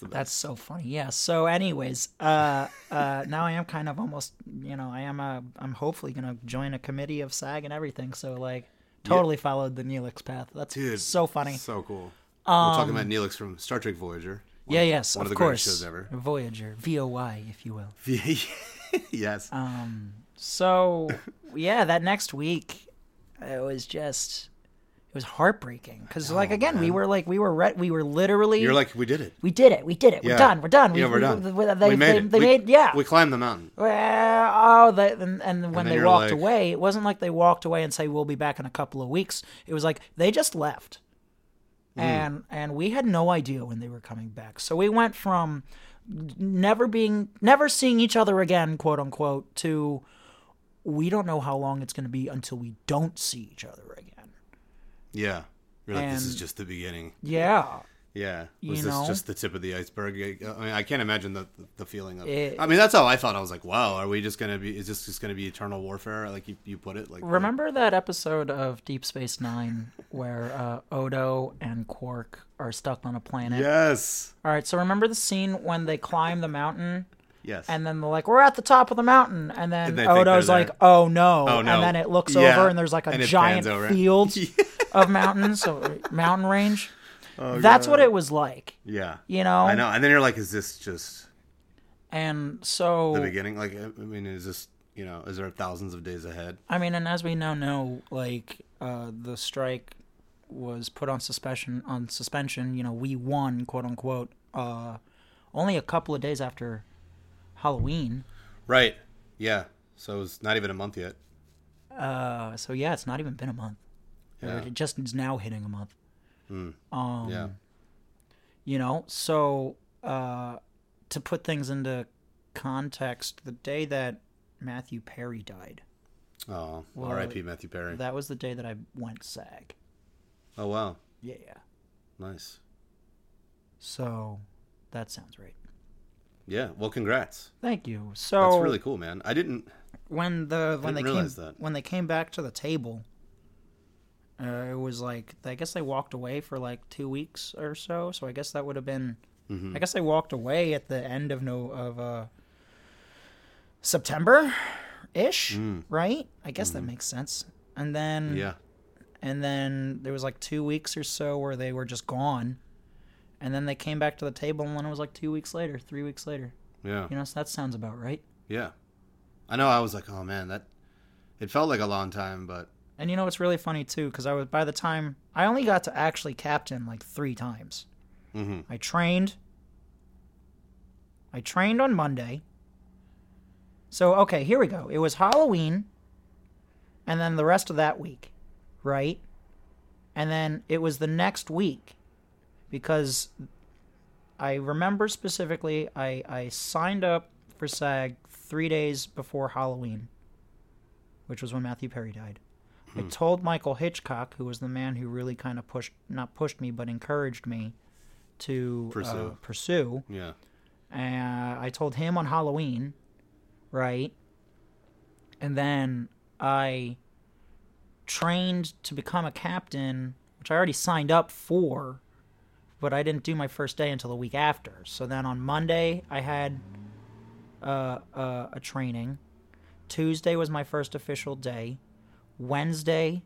B: That's so funny. Yeah. So, anyways, uh, uh, now I am kind of almost, you know, I am a, I'm hopefully gonna join a committee of SAG and everything. So like, totally followed the Neelix path. That's
A: Dude,
B: so funny. Um,
A: so cool. We're talking about Neelix from Star Trek Voyager. One
B: yeah.
A: of-
B: Yes.
A: One
B: of
A: of the
B: course.
A: greatest shows ever.
B: Voyager, VOY, if you will.
A: yes.
B: Um, So, yeah, that next week, it was just, it was heartbreaking because like again, we were like, we were re- we were literally.
A: Oh, You're like we did it.
B: we did it. We did it. We're
A: Yeah.
B: done. We're done.
A: Yeah,
B: we,
A: we're done.
B: We, they,
A: we made
B: they,
A: it.
B: they
A: we,
B: made yeah.
A: We climbed the mountain.
B: well, oh, they, and, and when
A: then
B: they
A: you're
B: walked
A: like-
B: away, it wasn't like they walked away and say we'll be back in a couple of weeks. It was like they just left,
A: Hmm.
B: and and we had no idea when they were coming back. So we went from never being, never seeing each other again, quote unquote, to we don't know how long it's going to be until we don't see each other again.
A: Yeah. You're like this is
B: And-
A: just the beginning.
B: Yeah,
A: Yeah.
B: You
A: Was this
B: know?
A: just the tip of the iceberg? I I mean, I can't imagine the the feeling of.
B: It-
A: I mean, that's how I thought. I was like, wow, are we just gonna be? Is this just gonna be eternal warfare? Like you, you put it. Like
B: Remember that episode of Deep Space Nine where uh, Odo and Quark are stuck on a planet?
A: Yes.
B: All right, so remember the scene when they climb the mountain
A: Yes.
B: and then they're like, "We're at the top of the mountain," and then
A: And they think
B: Odo's
A: they're
B: like,
A: there.
B: "Oh no!"
A: Oh, no.
B: And then it looks
A: Yeah.
B: over and there's like a
A: And it
B: giant
A: pans over.
B: field of mountains, so mountain range.
A: Oh,
B: That's what it was like,
A: yeah.
B: you know.
A: I know. And then you're like, is this just
B: And
A: the
B: so,
A: beginning? Like, I I mean, is this you know, is there thousands of days ahead?
B: I mean, and as we now know, like uh, the strike was put on suspension. On suspension, you know, we won, quote unquote, uh, only a couple of days after Halloween.
A: Right. Yeah. So it's not even a month yet.
B: Uh, so yeah, it's not even been a month. Or
A: Yeah. Hmm.
B: It just is now hitting a month.
A: yeah.
B: Um, you know so uh to put things into context the day that matthew perry died
A: Oh,
B: Well,
A: R.I.P. Matthew Perry.
B: that was the day that i went sag
A: oh wow,
B: yeah
A: nice.
B: so that sounds right
A: Yeah, well, congrats.
B: thank you so
A: That's really cool, man. I didn't.
B: when the when they
A: didn't
B: came
A: realize that.
B: when they came back to the table uh, it was like i guess they walked away for like two weeks or so so i guess that would have been
A: Mm-hmm.
B: i guess they walked away at the end of no of uh september ish right i guess that makes sense and then
A: Mm. hmm. Mm-hmm. Yeah,
B: and then there was like two weeks or so where they were just gone and then they came back to the table and then it was like two weeks later three weeks later
A: yeah,
B: you know so that sounds about right
A: yeah. I know. I was like, oh man, that. It felt like a long time, but
B: And you know what's really funny too, because I was by the time I only got to actually captain like three times.
A: Mhm.
B: I trained. I trained on Monday. So okay, here we go. It was Halloween, and then the rest of that week, right? And then it was the next week, because I remember specifically I I signed up for SAG three days before Halloween, which was when Matthew Perry died. I told Michael Hitchcock, who was the man who really kind of pushed, not pushed me, but encouraged me to uh,
A: Pursue.
B: pursue.
A: yeah,
B: And I told him on Halloween, right? And then I trained to become a captain, which I already signed up for, but I didn't do my first day until the week after. So then on Monday, I had uh, uh, a training. Tuesday was my first official day. Wednesday,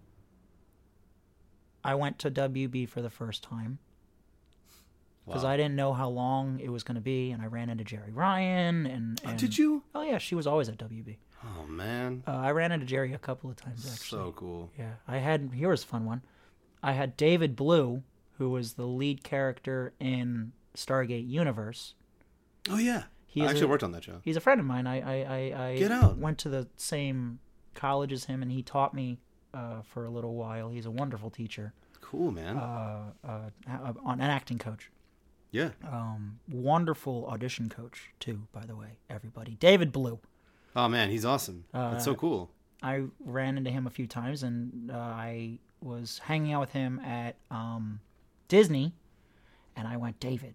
B: I went to WB for the first time because
A: Wow.
B: I didn't know how long it was going to be, and I ran into Jerry Ryan. And, and
A: Uh, Did you?
B: Oh yeah, she was always at WB.
A: Oh man,
B: Uh, I ran into Jerry a couple of times actually.
A: so cool.
B: Yeah, I had here was a fun one. I had David Blue, who was the lead character in Stargate Universe.
A: Oh yeah,
B: He
A: I
B: is
A: actually
B: a-
A: worked on that show.
B: He's a friend of mine. I I I, I
A: Get out.
B: went to the same college as him, and he taught me uh, for a little while. He's a wonderful teacher,
A: Cool, man.
B: uh, uh, on an acting coach.
A: yeah,
B: Um, wonderful audition coach too, by the way. Everybody, David Blue.
A: Oh man, he's awesome.
B: uh,
A: That's so cool.
B: I ran into him a few times, and uh, I was hanging out with him at um, Disney, and I went, David,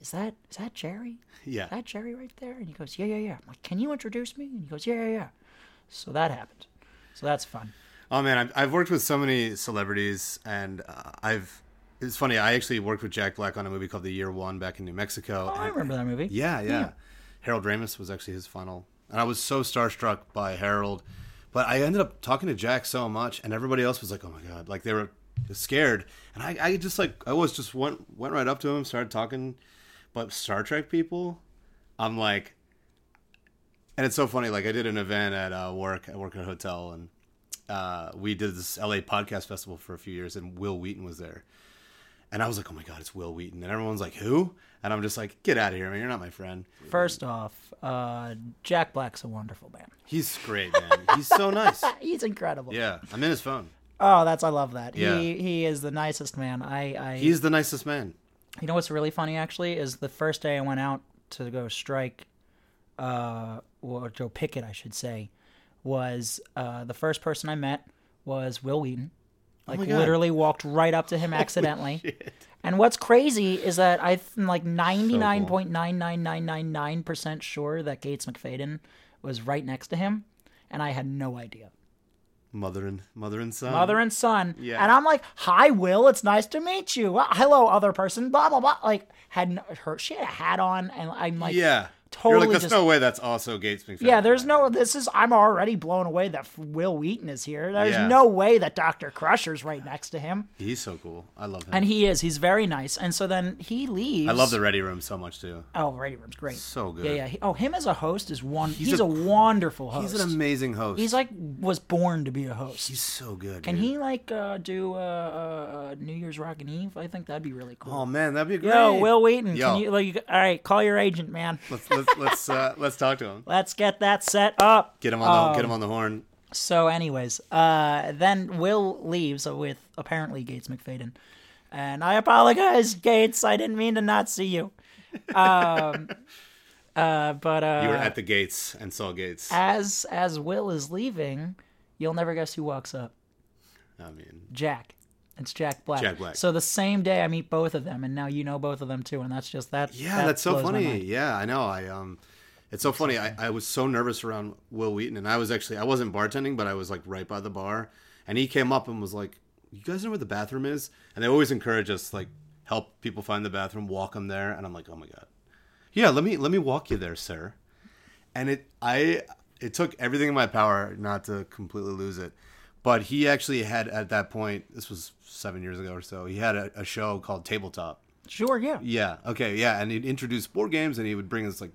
B: is that is that Jerry? Is
A: Yeah.
B: that Jerry right there? And he goes, Yeah, yeah, yeah. I'm like, Can you introduce me? And he goes, Yeah, yeah, yeah. So that happened. So that's fun.
A: Oh man, I've, I've worked with so many celebrities, and uh, I've. It's funny. I actually worked with Jack Black on a movie called The Year One back in New Mexico.
B: Oh, I
A: and-
B: remember that movie.
A: Yeah, yeah. Harold Ramis was actually his final. And I was so starstruck by Harold. But I ended up talking to Jack so much and everybody else was like, Oh my god, like they were scared. And I, I just like I was just went went right up to him, started talking. But Star Trek people, I'm like and it's so funny, like I did an event at uh, work, I work at a hotel and uh, we did this LA podcast festival for a few years and Will Wheaton was there. And I was like, oh my God, it's Will Wheaton. And everyone's like, who? And I'm just like, get out of here, man. You're not my friend.
B: First off, uh, Jack Black's a wonderful man.
A: He's great, man. He's so nice.
B: He's incredible.
A: Yeah, I'm in his phone.
B: Oh, that's I love that.
A: Yeah.
B: He he is the nicest man. I I
A: He's the nicest man.
B: You know what's really funny actually is the first day I went out to go strike, uh, or go picket, I should say, was uh, the first person I met was Will Wheaton. Like
A: Oh my God.
B: literally walked right up to him accidentally. And what's crazy is that I'm like 99.99999% sure that Gates McFadden was right next to him, and I had no idea
A: Mother and mother and son.
B: mother and son.
A: yeah.
B: And I'm like, "Hi, Will. It's nice to meet you. Well, hello, other person." Blah blah blah. Like, had n- her she had a hat on, and I'm like,
A: Yeah. You're
B: Totally
A: like, there's
B: just-
A: no way that's also Gates McFadden.
B: yeah, there's no. This is. I'm already blown away that Will Wheaton is here. There's
A: Yeah.
B: no way that Doctor Crusher's right next to him,
A: He's so cool. I love him.
B: and he is. He's very nice. And so then he leaves.
A: I love the Ready Room so much too.
B: Oh, Ready Room's great.
A: So good.
B: yeah, yeah. He- oh, him as a host is one. He's,
A: a-
B: a, wonderful host.
A: He's an amazing host.
B: He's like was born to be a host.
A: He's so good.
B: Can
A: dude.
B: he like uh, do uh, uh, uh, New Year's Rockin' Eve? I think that'd be really cool.
A: Oh man, that'd be great.
B: Yo, Will Wheaton,
A: Yo.
B: can you like? you- All right, call your agent, man.
A: let's let's let's uh, let's talk to him.
B: Let's get that set up.
A: Get him on the get him
B: Um,
A: on the horn.
B: So, anyways, uh, then Will leaves with apparently Gates McFadden, And I apologize, Gates. I didn't mean to not see you. Um, uh, but uh,
A: You were at the gates and saw Gates.
B: as as Will is leaving, you'll never guess who walks up.
A: I mean,
B: Jack. It's Jack Black.
A: Jack Black.
B: So the same day I meet both of them, and now you know both of them too, and that's just that.
A: yeah,
B: that
A: that's so
B: blows my
A: funny.
B: mind.
A: Yeah, I know. I um, it's so funny. I, I was so nervous around Will Wheaton, and I was actually I wasn't bartending, but I was like right by the bar, and he came up and was like, "You guys know where the bathroom is?" And they always encourage us like help people find the bathroom, walk them there, and I'm like, "Oh my god, yeah, let me let me walk you there, sir." and it I it took everything in my power not to completely lose it. But he actually had at that point, this was seven years ago or so, he had a, a show called Tabletop.
B: Sure, yeah.
A: Yeah, okay, yeah, and he'd introduce board games, and he would bring his like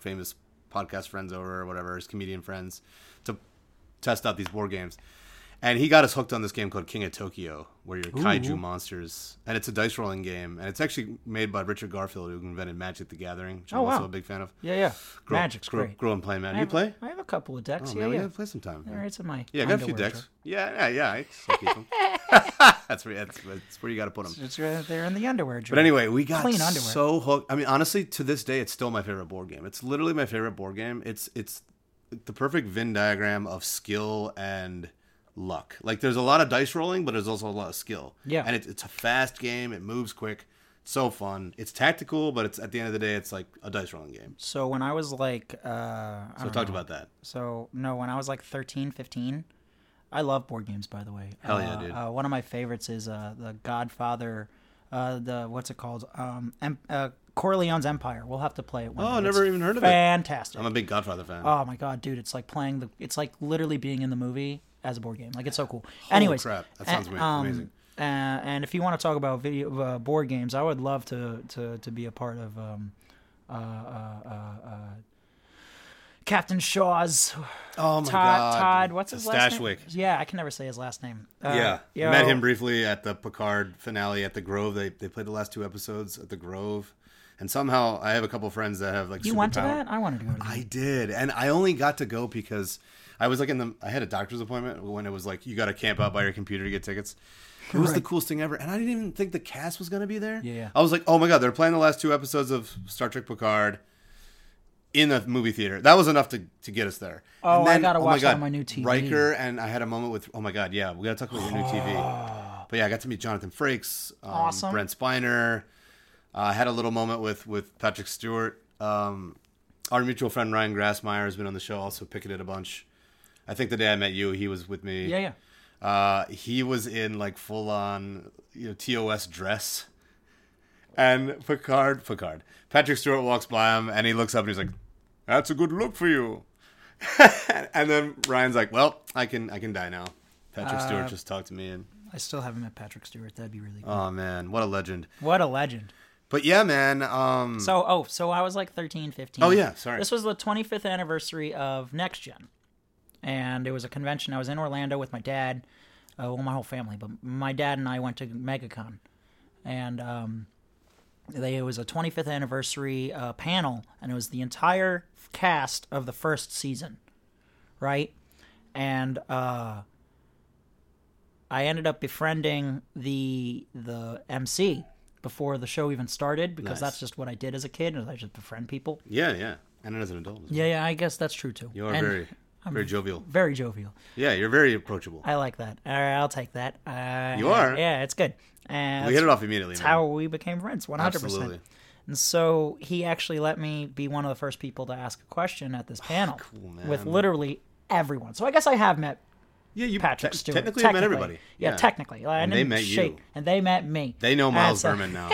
A: famous podcast friends over or whatever, his comedian friends, to test out these board games. And he got us hooked on this game called King of Tokyo, where you're kaiju monsters, and it's a dice rolling game, and it's actually made by Richard Garfield, who invented Magic: The Gathering, which I'm
B: Oh, wow.
A: also a big fan of.
B: Yeah, yeah.
A: Grow-
B: Magic's
A: grow,
B: great.
A: Grow and play, man.
B: I
A: You
B: have-
A: play?
B: I have a couple of decks.
A: Oh,
B: yeah,
A: man, we
B: yeah.
A: gotta play sometime.
B: All right, it's in my.
A: Yeah, I got a few
B: underwear
A: decks.
B: drawer.
A: Yeah, yeah, yeah. I still keep 'em. that's where that's, that's where you gotta put them.
B: It's right there in the underwear drawer.
A: But anyway, we got
B: Clean underwear.
A: so hooked. I mean, honestly, to this day, it's still my favorite board game. It's literally my favorite board game. It's it's the perfect Venn diagram of skill and luck. Like, there's a lot of dice rolling, but there's also a lot of skill.
B: Yeah.
A: and it's it's a fast game. It moves quick. It's so fun. It's tactical, but it's at the end of the day, it's like a dice rolling game.
B: so when I was like, uh, I
A: So we
B: don't
A: talked
B: know.
A: about that.
B: So no, when I was like 13, 15, I love board games. By the way,
A: Hell yeah,
B: Uh,
A: dude.
B: Uh, one of my favorites is uh, the Godfather. Uh, the what's it called? Um, em- uh, Corleone's Empire. We'll have to play it. one
A: Oh,
B: day.
A: never
B: It's
A: even heard of it.
B: Fantastic.
A: I'm a big Godfather fan.
B: Oh my god, dude! It's like playing the. It's like literally being in the movie as a board game. Like it's so cool. Anyways,
A: crap. That
B: a-
A: sounds ama- amazing.
B: uh, and if you want to talk about video uh, board games, I would love to to to be a part of um, uh, uh, uh, uh, Captain Shaw's
A: Oh my
B: Todd.
A: god,
B: Todd, what's his last name?
A: Stashwick.
B: Yeah, I can never say his last name. Uh,
A: yeah,
B: yo,
A: met him briefly at the Picard finale at the Grove. They they played the last two episodes at the Grove, and somehow I have a couple friends that have like
B: You went to
A: superpower-
B: that? I wanted to go to that.
A: I did, and I only got to go because I was like in the I had a doctor's appointment when it was like you got to camp out by your computer to get tickets. It was the coolest thing ever, and I didn't even think the cast was gonna be there.
B: Yeah.
A: I was like, oh my god, they're playing the last two episodes of Star Trek Picard in the movie theater. That was enough to, to get us there.
B: Oh,
A: And
B: I gotta watch that on my new TV.
A: Riker and I had a moment with oh my god, yeah, we gotta talk about your new TV. But yeah, I got to meet Jonathan Frakes, um,
B: Awesome.
A: Brent Spiner. Uh, I had a little moment with with Patrick Stewart. Um, our mutual friend Ryan Grassmeyer has been on the show, also picketed a bunch. I think the day I met you, he was with me.
B: yeah, yeah.
A: Uh, he was in like full on you know, TOS dress. And Picard, Picard, Patrick Stewart walks by him and he looks up and he's like, "That's a good look for you." and then Ryan's like, "Well, I can I can die now." Patrick
B: Uh,
A: Stewart just talked to me and
B: I still haven't met Patrick Stewart. That'd be really cool.
A: oh man, what a legend.
B: what a legend.
A: But yeah, man, um
B: So, oh, so I was like 13, 15.
A: Oh, yeah, sorry.
B: This was the 25th anniversary of Next Gen. And it was a convention. I was in Orlando with my dad, uh, well, my whole family, but my dad and I went to MegaCon. And um, they, it was a 25th anniversary uh, panel, and it was the entire cast of the first season, right? And uh, I ended up befriending the the MC before the show even started because
A: Nice.
B: that's just what I did as a kid, and I just befriend people.
A: yeah, yeah. And as an adult. as well.
B: Yeah, yeah, I guess that's true too.
A: You are
B: And
A: very very jovial.
B: very jovial.
A: Yeah, you're very approachable.
B: I like that. All right, I'll take that. Uh,
A: You are.
B: Yeah, it's good. And
A: we hit it off immediately.
B: that's
A: man.
B: how we became friends, one hundred
A: Absolutely.
B: percent. And so he actually let me be one of the first people to ask a question at this panel with
A: Ah, man.
B: literally everyone. So I guess I have met
A: Yeah, you
B: Patrick
A: te-
B: Stewart.
A: Technically, I met everybody.
B: Yeah, technically. Like, I
A: And they
B: didn't
A: met you.
B: shake- And they met me.
A: They know
B: And
A: Miles
B: so-
A: Berman now.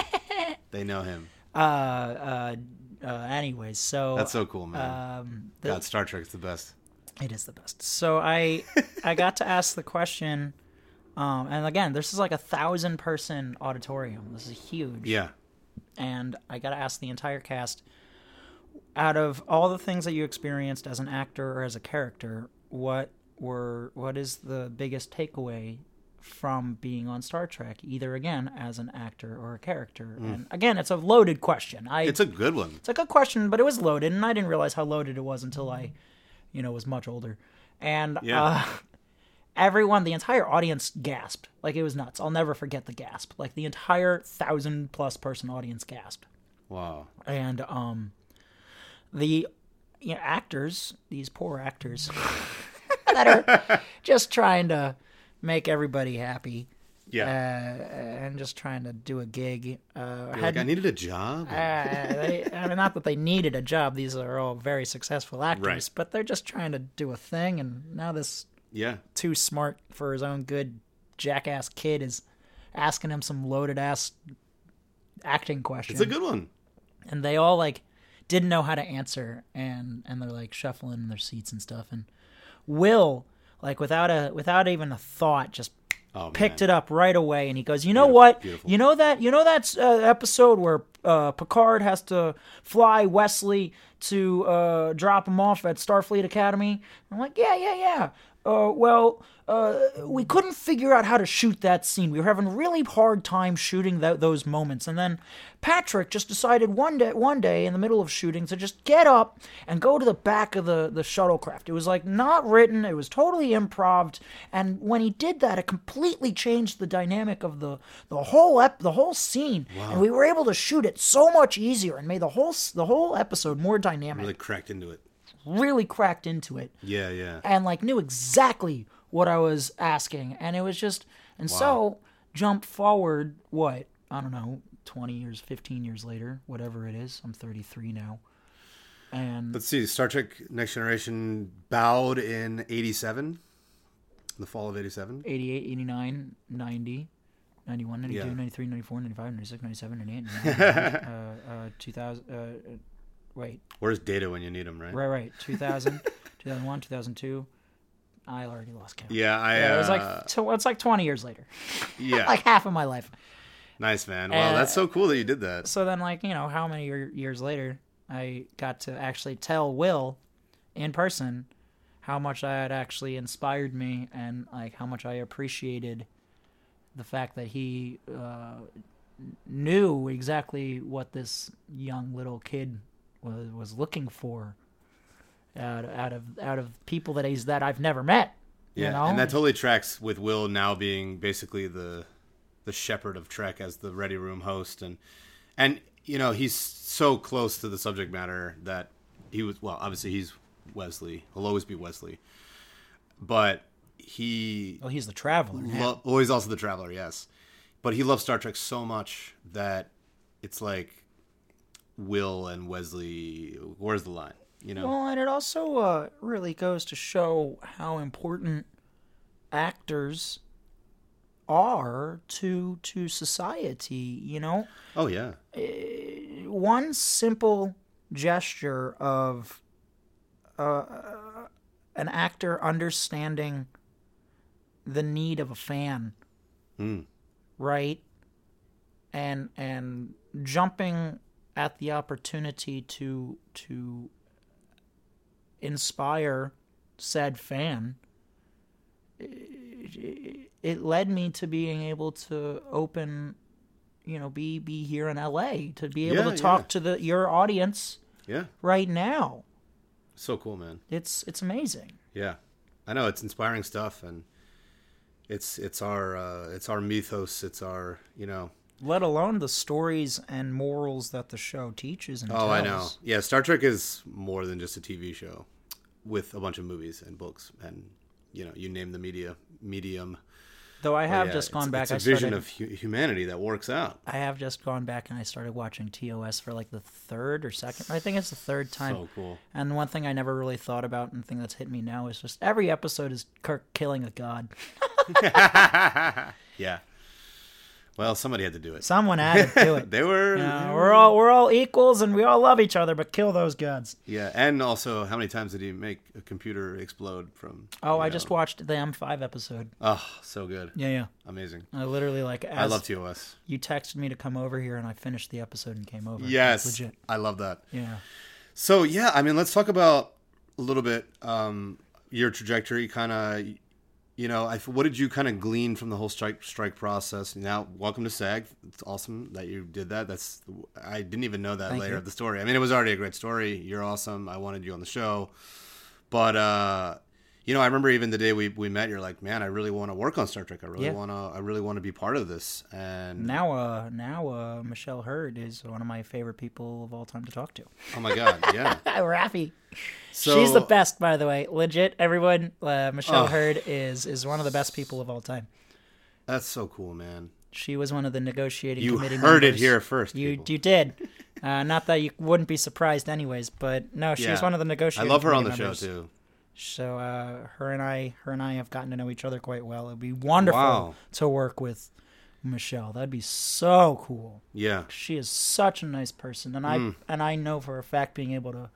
A: they know him.
B: Uh, uh, uh, anyways, so
A: That's so cool, man.
B: um, the-
A: God, Star Trek's the best.
B: It is the best. So I I got to ask the question, um, and again, this is like a thousand person auditorium. This is huge,
A: Yeah.
B: and I got to ask the entire cast. Out of all the things that you experienced as an actor or as a character, what were what is the biggest takeaway from being on Star Trek? Either again as an actor or a character, and again, it's a loaded question. I
A: Mm. It's a good one.
B: it's a good question, but it was loaded, and I didn't realize how loaded it was until I, you know, was much older. And
A: Yeah.
B: uh, everyone, the entire audience gasped. Like it was nuts. I'll never forget the gasp. Like the entire thousand plus person audience gasped.
A: Wow.
B: And um, the you know, actors, these poor actors that are just trying to make everybody happy
A: Yeah.
B: uh, and just trying to do a gig. Uh,
A: You're like,
B: had-
A: I needed a job.
B: uh, they, I mean, not that they needed a job. These are all very successful actors,
A: Right.
B: but they're just trying to do a thing. And now this
A: yeah.
B: too smart for his own good jackass kid is asking him some loaded ass acting question
A: It's a good one.
B: and they all like didn't know how to answer and and they're like shuffling in their seats and stuff and will like without a without even a thought just
A: Oh,
B: picked
A: man.
B: it up right away and he goes you know what
A: beautiful.
B: you know that you know that uh, episode where uh, picard has to fly wesley to uh, drop him off at starfleet academy i'm like yeah yeah yeah uh, well uh, we couldn't figure out how to shoot that scene we were having a really hard time shooting tho- those moments and then patrick just decided one day one day in the middle of shooting to just get up and go to the back of the, the shuttlecraft it was like not written it was totally improv and when he did that it completely changed the dynamic of the the whole ep- the whole scene and we were able to shoot it so much easier and made the whole s- the whole episode more dynamic
A: Really cracked into it.
B: really cracked into it
A: Yeah, yeah.
B: and like knew exactly what I was asking. And it was just, and so jump forward, what? I don't know, 20 years, 15 years later, whatever it is. I'm 33 now. And
A: Let's see. Star Trek Next Generation bowed in 87, the fall of 87.
B: 88, 89, 90. 91, 92,
A: Yeah.
B: 93, 94, 95, 96, 97, 98, 99, uh, uh, 2000, uh, uh, wait,
A: Where's data when you need him, right?
B: right, right, 2000, 2001, 2002. I already lost count.
A: Yeah, I.
B: It was
A: uh,
B: like, tw- it's like 20 years later,
A: yeah,
B: like uh, half of my life.
A: nice man. Wow, that's so cool that you did that.
B: so then like you know how many year- years later i got to actually tell will in person how much i had actually inspired me and like how much i appreciated the fact that he uh, knew exactly what this young little kid was, was looking for out, out of out of people that he's that i've never met
A: Yeah,
B: you know?
A: and that totally tracks with Will now being basically the the shepherd of Trek as the Ready Room host, and and you know he's so close to the subject matter that he was well, obviously he's Wesley. He'll always be Wesley, but he
B: well he's the traveler now.
A: lo- well, he's also the Traveler, yes, but he loves Star Trek so much that it's like Will and Wesley. Where's the line? You know,
B: Well, and it also uh, really goes to show how important actors are to to society. You know,
A: oh yeah,
B: one simple gesture of uh, an actor understanding the need of a fan,
A: Hmm.
B: right, and and jumping at the opportunity to to inspire said fan it led me to being able to open you know be be here in LA to be able
A: Yeah,
B: to talk
A: yeah.
B: to the your audience
A: yeah,
B: right now
A: so cool, man.
B: it's it's amazing
A: Yeah, I know it's inspiring stuff, and it's it's our uh, it's our mythos. It's our you know.
B: let alone the stories and morals that the show teaches and
A: Oh, I know. Yeah, Star Trek is more than just a TV show, with a bunch of movies and books, and you know, you name the media medium.
B: though I have
A: Oh, Yeah,
B: just gone
A: it's, It's
B: back
A: a
B: I
A: vision
B: started,
A: of hu- humanity that works out.
B: I have just gone back and I started watching TOS for like the third or second I think it's the third time
A: So cool.
B: And one thing I never really thought about and thing that's hit me now is just every episode is Kirk killing a god.
A: Yeah. Well, somebody had to do it.
B: Someone added to it.
A: They were.
B: Uh, we're all we're all equals and we all love each other, but kill those gods.
A: Yeah, and also, how many times did he make a computer explode from?
B: Oh,
A: you
B: I
A: know-
B: just watched the M5 episode.
A: Oh, so good,
B: Yeah, yeah.
A: amazing.
B: I literally like as
A: I love TOS.
B: you texted me to come over here and I finished the episode and came over. It's
A: Yes,
B: legit.
A: I love that.
B: Yeah.
A: So yeah, I mean, let's talk about a little bit um, your trajectory, kind of. You know, I, what did you kind of glean from the whole strike strike process? Now, welcome to SAG. It's awesome that you did that. That's I didn't even know that later
B: you.
A: of the story. I mean, it was already a great story. You're awesome. I wanted you on the show, but uh, you know, I remember even the day we, we met, you're like, man, I really want to work on Star Trek. I really
B: Yeah.
A: want to, I really want to be part of this. And
B: Now, uh, now uh, Michelle Hurd is one of my favorite people of all time to talk to.
A: oh my God. Yeah.
B: Raffy,
A: So Oh.
B: she's the best, by the way. Legit, everyone. Uh, Michelle Hurd is is one of the best people of all time.
A: That's so cool, man.
B: She was one of the negotiating
A: You
B: committee
A: heard it
B: members.
A: here first.
B: You
A: people.
B: you did. Uh, not that you wouldn't be surprised, anyways. But no, she was
A: Yeah.
B: one of the
A: I
B: negotiators.
A: love her on the show too.
B: So uh, her and I, her and I have gotten to know each other quite well. It'd be wonderful
A: Wow.
B: to work with Michelle. That'd be so cool.
A: Yeah.
B: She is such a nice person, and I and I know for a fact being able to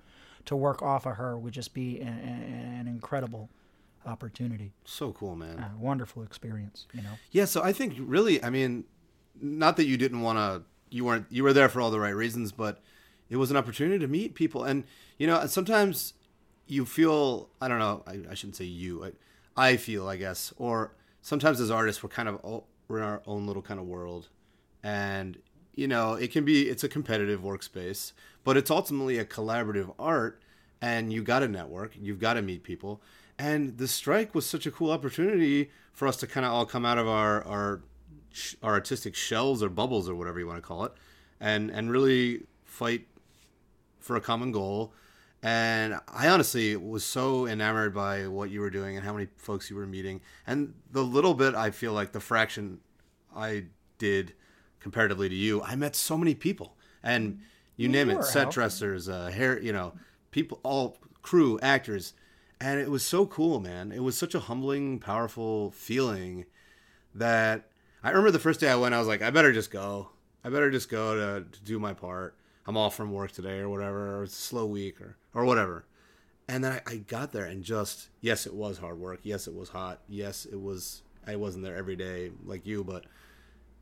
B: to work off of her would just be an, an incredible opportunity,
A: So cool, man.
B: a wonderful experience. You know,
A: Yeah, so I think really, I mean, not that you didn't want to, you weren't, you were there for all the right reasons, but it was an opportunity to meet people, and you know, sometimes you feel, I don't know, I, I shouldn't say you, I, I feel, I guess, or sometimes as artists, we're kind of o- we're in our own little kind of world, and you know, it can be, it's a competitive workspace, but it's ultimately a collaborative art, and you got to network, you've got to meet people. And the strike was such a cool opportunity for us to kind of all come out of our our, sh- our artistic shells or bubbles or whatever you want to call it, and and really fight for a common goal. And I honestly was so enamored by what you were doing and how many folks you were meeting, and the little bit I feel like the fraction I did comparatively to you, I met so many people, and you name
B: were
A: it, set
B: out.
A: dressers, uh, hair, you know, people, all crew, actors, and it was so cool, man. It was such a humbling, powerful feeling that I remember the first day I went, I was like, I better just go. I better just go to, to do my part. I'm off from work today or whatever, or it's a slow week or, or whatever. And then I, I got there and just, yes, it was hard work. Yes, it was hot. Yes, it was, I wasn't there every day like you, but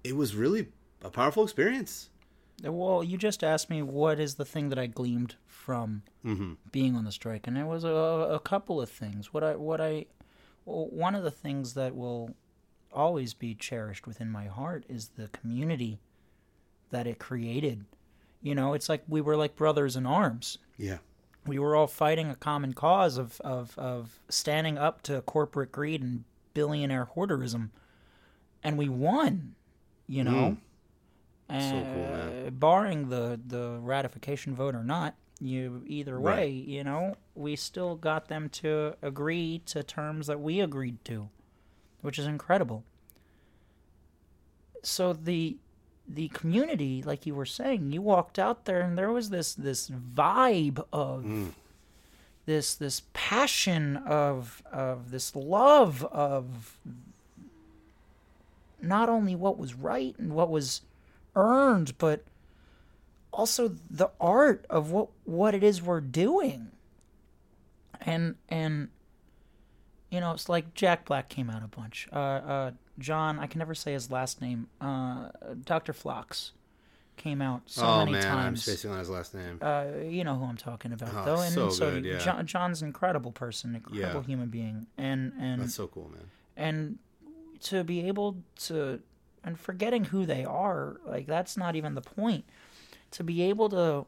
A: it was really a powerful experience.
B: well, you just asked me what is the thing that I gleamed from
A: Mm-hmm.
B: being on the strike, and it was a, a couple of things. What I what I well, one of the things that will always be cherished within my heart is the community that it created. You know, it's like we were like brothers in arms.
A: Yeah.
B: we were all fighting a common cause of, of, of standing up to corporate greed and billionaire hoarderism. And we won, you know? And
A: Hmm. cool, man.
B: uh, barring the, the ratification vote or not, you either way,
A: Right.
B: you know, we still got them to agree to terms that we agreed to, which is incredible. So the the community, like you were saying, you walked out there and there was this this vibe of this this passion of of this love of not only what was right and what was earned, but also the art of what what it is we're doing. And and you know, it's like Jack Black came out a bunch. Uh, uh, John, I can never say his last name. Uh, Doctor Flox came out so
A: oh,
B: many
A: man. I'm
B: times
A: spacing on his last name.
B: uh, you know who I'm talking about,
A: Oh,
B: though. And
A: so
B: so,
A: good, yeah.
B: John, John's an incredible person, incredible
A: Yeah.
B: human being, and and
A: That's so cool, man.
B: and to be able to and forgetting who they are, like that's not even the point. To be able to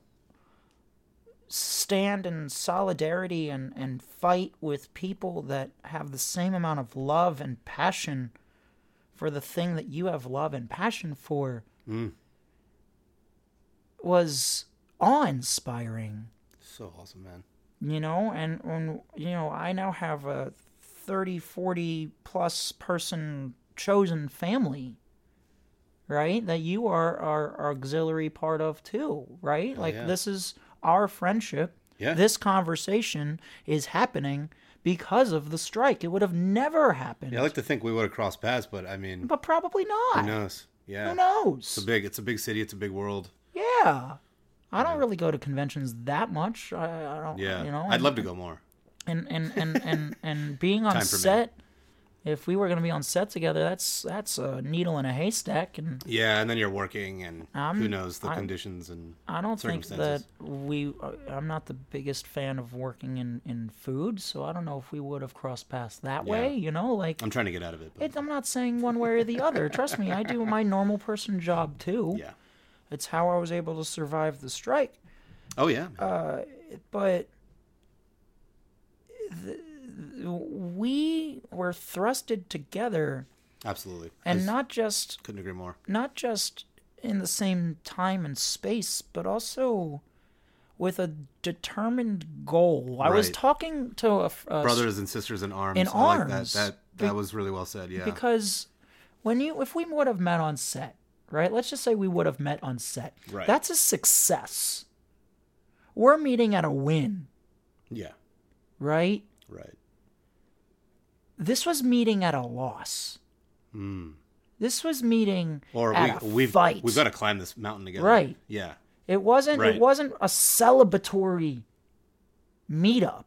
B: stand in solidarity and and fight with people that have the same amount of love and passion for the thing that you have love and passion for was awe-inspiring
A: So awesome, man.
B: you know and when you know i now have a 30 40 plus person chosen family right that you are are, are auxiliary part of too right like
A: Oh, yeah.
B: this is our friendship
A: Yeah.
B: this conversation is happening because of the strike it would have never happened
A: Yeah, I like to think we would have crossed paths, but I mean,
B: but probably not
A: who knows? Yeah.
B: Who knows?
A: It's a big, it's a big city. It's a big world.
B: yeah i don't really go to conventions that much i, I don't
A: Yeah.
B: you know
A: I'd love to go more.
B: and and and and, and being on
A: Time for me.
B: set if we were going to be on set together that's that's a needle in a haystack and
A: Yeah, and then you're working, and
B: I'm-
A: who knows the
B: I'm-
A: conditions and
B: i don't think that
A: Circumstances.
B: we uh, i'm not the biggest fan of working in in food so i don't know if we would have crossed paths that way you know like
A: I'm trying to get out of it. But
B: it, i'm not saying one way or the other trust me i do my normal person job too
A: yeah.
B: it's how i was able to survive the strike Uh,
A: Oh yeah. man.
B: but th we were thrusted together
A: Absolutely.
B: and
A: Just
B: not just
A: couldn't agree more.
B: not just in the same time and space, but also with a determined goal. I was
A: Right.
B: talking to a, f- a s-
A: Brothers and sisters in arms.
B: In
A: I like
B: arms.
A: that. That, that was really well said. Yeah.
B: because when you if we would have met on set, right? Let's just say we would have met on set.
A: Right.
B: That's a success. We're meeting at a win,
A: yeah.
B: right?
A: Right.
B: This was meeting at a loss. This was meeting
A: Hmm. Or
B: at
A: we
B: a
A: we've
B: fight.
A: we've got to climb this mountain together.
B: Right.
A: Yeah.
B: It wasn't.
A: Right.
B: It wasn't a celebratory meetup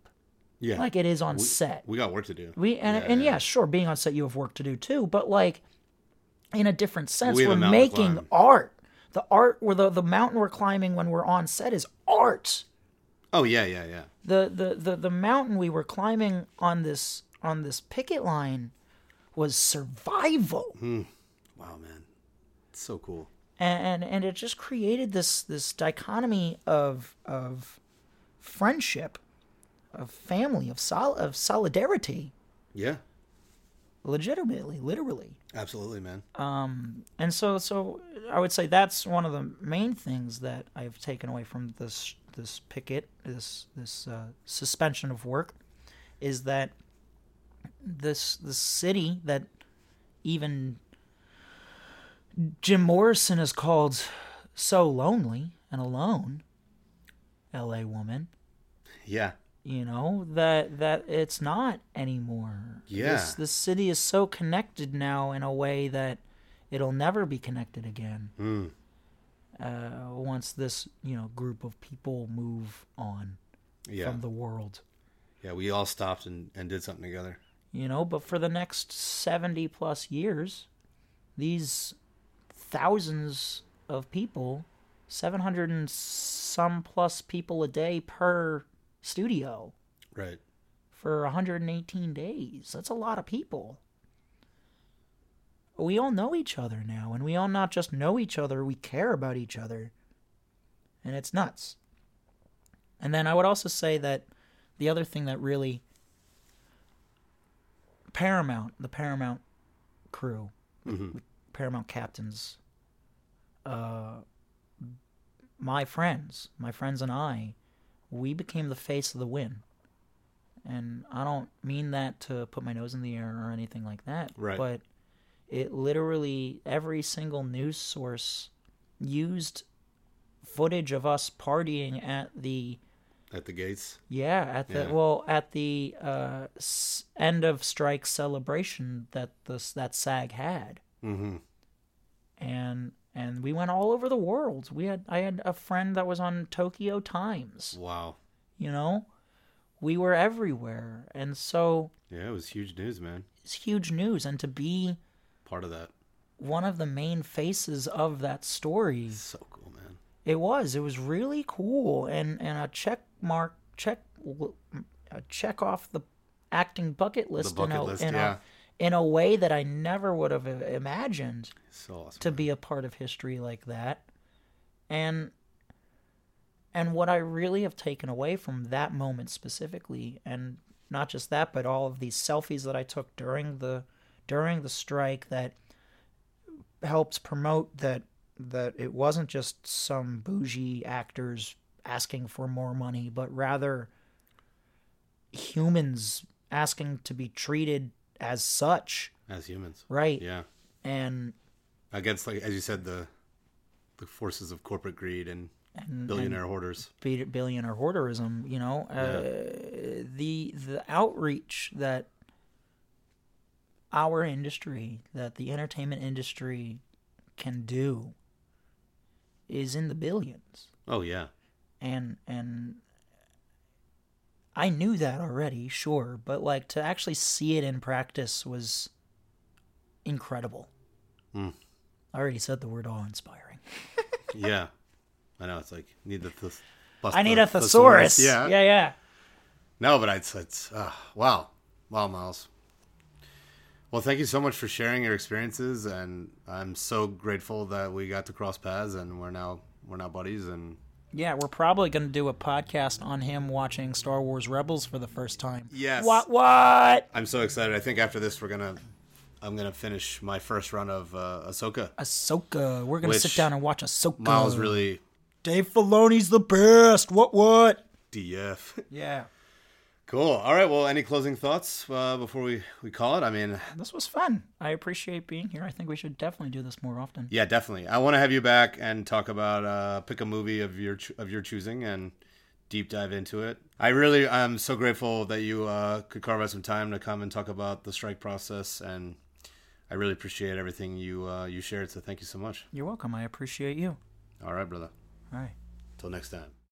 A: Yeah.
B: like it is on set.
A: we got work to do.
B: We and
A: Yeah,
B: and
A: yeah.
B: yeah, sure, being on set you have work to do too, but like in a different sense,
A: We have
B: we
A: a
B: are
A: mountain to
B: making
A: climb.
B: art. The art where the the mountain we're climbing when we're on set is art.
A: Oh yeah, yeah, yeah.
B: The the the, the mountain we were climbing on this on this picket line was survival.
A: Mm-hmm. Wow, man. It's so cool.
B: and and it just created this this dichotomy of of friendship, of family, of sol of solidarity,
A: Yeah.
B: legitimately, literally.
A: Absolutely, man.
B: Uh, And so so I would say that's one of the main things that I've taken away from this this picket this this uh, suspension of work is that this this city that even Jim Morrison is called so lonely and alone LA woman
A: yeah.
B: you know that that it's not anymore
A: Yeah.
B: this, this city is so connected now in a way that it'll never be connected again
A: Hmm.
B: uh, once this you know group of people move on
A: Yeah.
B: from the world
A: yeah, we all stopped and, and did something together.
B: you know but for the next 70 plus years these thousands of people 700 and some plus people a day per studio
A: Right.
B: for 118 days. That's a lot of people. We all know each other now, and we all not just know each other, we care about each other. And it's nuts. And then I would also say that the other thing that really Paramount, the Paramount crew,
A: Mm-hmm.
B: Paramount captains, uh, my friends, my friends and I, we became the face of the win and I don't mean that to put my nose in the air or anything like that.
A: Right.
B: But it literally every single news source used footage of us partying at the
A: At the gates.
B: yeah at the
A: Yeah.
B: well at the uh, s- end of strike celebration that this that SAG had
A: Mm-hmm.
B: and and we went all over the world. We had I had a friend that was on Tokyo Times.
A: Wow.
B: You know, we were everywhere, and so
A: Yeah, it was huge news, man.
B: it's huge news and to be
A: Part of that.
B: one of the main faces of that story
A: So cool, man.
B: it was it was really cool and and a check mark check a check off the acting bucket list, in,
A: bucket
B: a,
A: list,
B: in,
A: yeah.
B: a, in a way that i never would have i- imagined
A: So awesome.
B: to be a part of history like that and and what i really have taken away from that moment specifically and not just that but all of these selfies that i took during the during the strike that helped promote that that it wasn't just some bougie actors asking for more money but rather humans asking to be treated as such
A: As humans.
B: right
A: Yeah.
B: and
A: Against like as you said, the the forces of corporate greed and,
B: Mm-hmm.
A: billionaire hoarders.
B: bi- billionaire hoarderism, you know, uh, the the outreach that our industry, that the entertainment industry can do is in the billions.
A: Oh yeah.
B: And and I knew that already, sure, but like to actually see it in practice was incredible.
A: Mm.
B: I already said the word awe-inspiring.
A: Yeah. I know it's like need the th- bust
B: I
A: the
B: need a thesaurus.
A: Yeah.
B: yeah, yeah.
A: No, but it's it's uh, wow, wow, Miles. Well, thank you so much for sharing your experiences, and I'm so grateful that we got to cross paths, and we're now we're now buddies, and
B: Yeah, we're probably going to do a podcast on him watching Star Wars Rebels for the first time.
A: Yes.
B: What? What?
A: I'm so excited. I think after this, we're gonna, I'm gonna finish my first run of uh, Ahsoka.
B: Ahsoka. We're going to sit
A: Which
B: down and watch Ahsoka.
A: Miles really
B: Dave Filoni's the best. What? What?
A: DF.
B: Yeah.
A: cool. All right. Well, any closing thoughts uh, before we we call it? I mean,
B: This was fun. I appreciate being here. I think we should definitely do this more often.
A: yeah, definitely. I want to have you back and talk about uh, pick a movie of your cho- of your choosing and deep dive into it. I really I'm so grateful that you uh, could carve out some time to come and talk about the strike process and. I really appreciate everything you uh, you shared, so thank you so much.
B: You're welcome. I appreciate you.
A: All right, brother.
B: All right.
A: Till next time.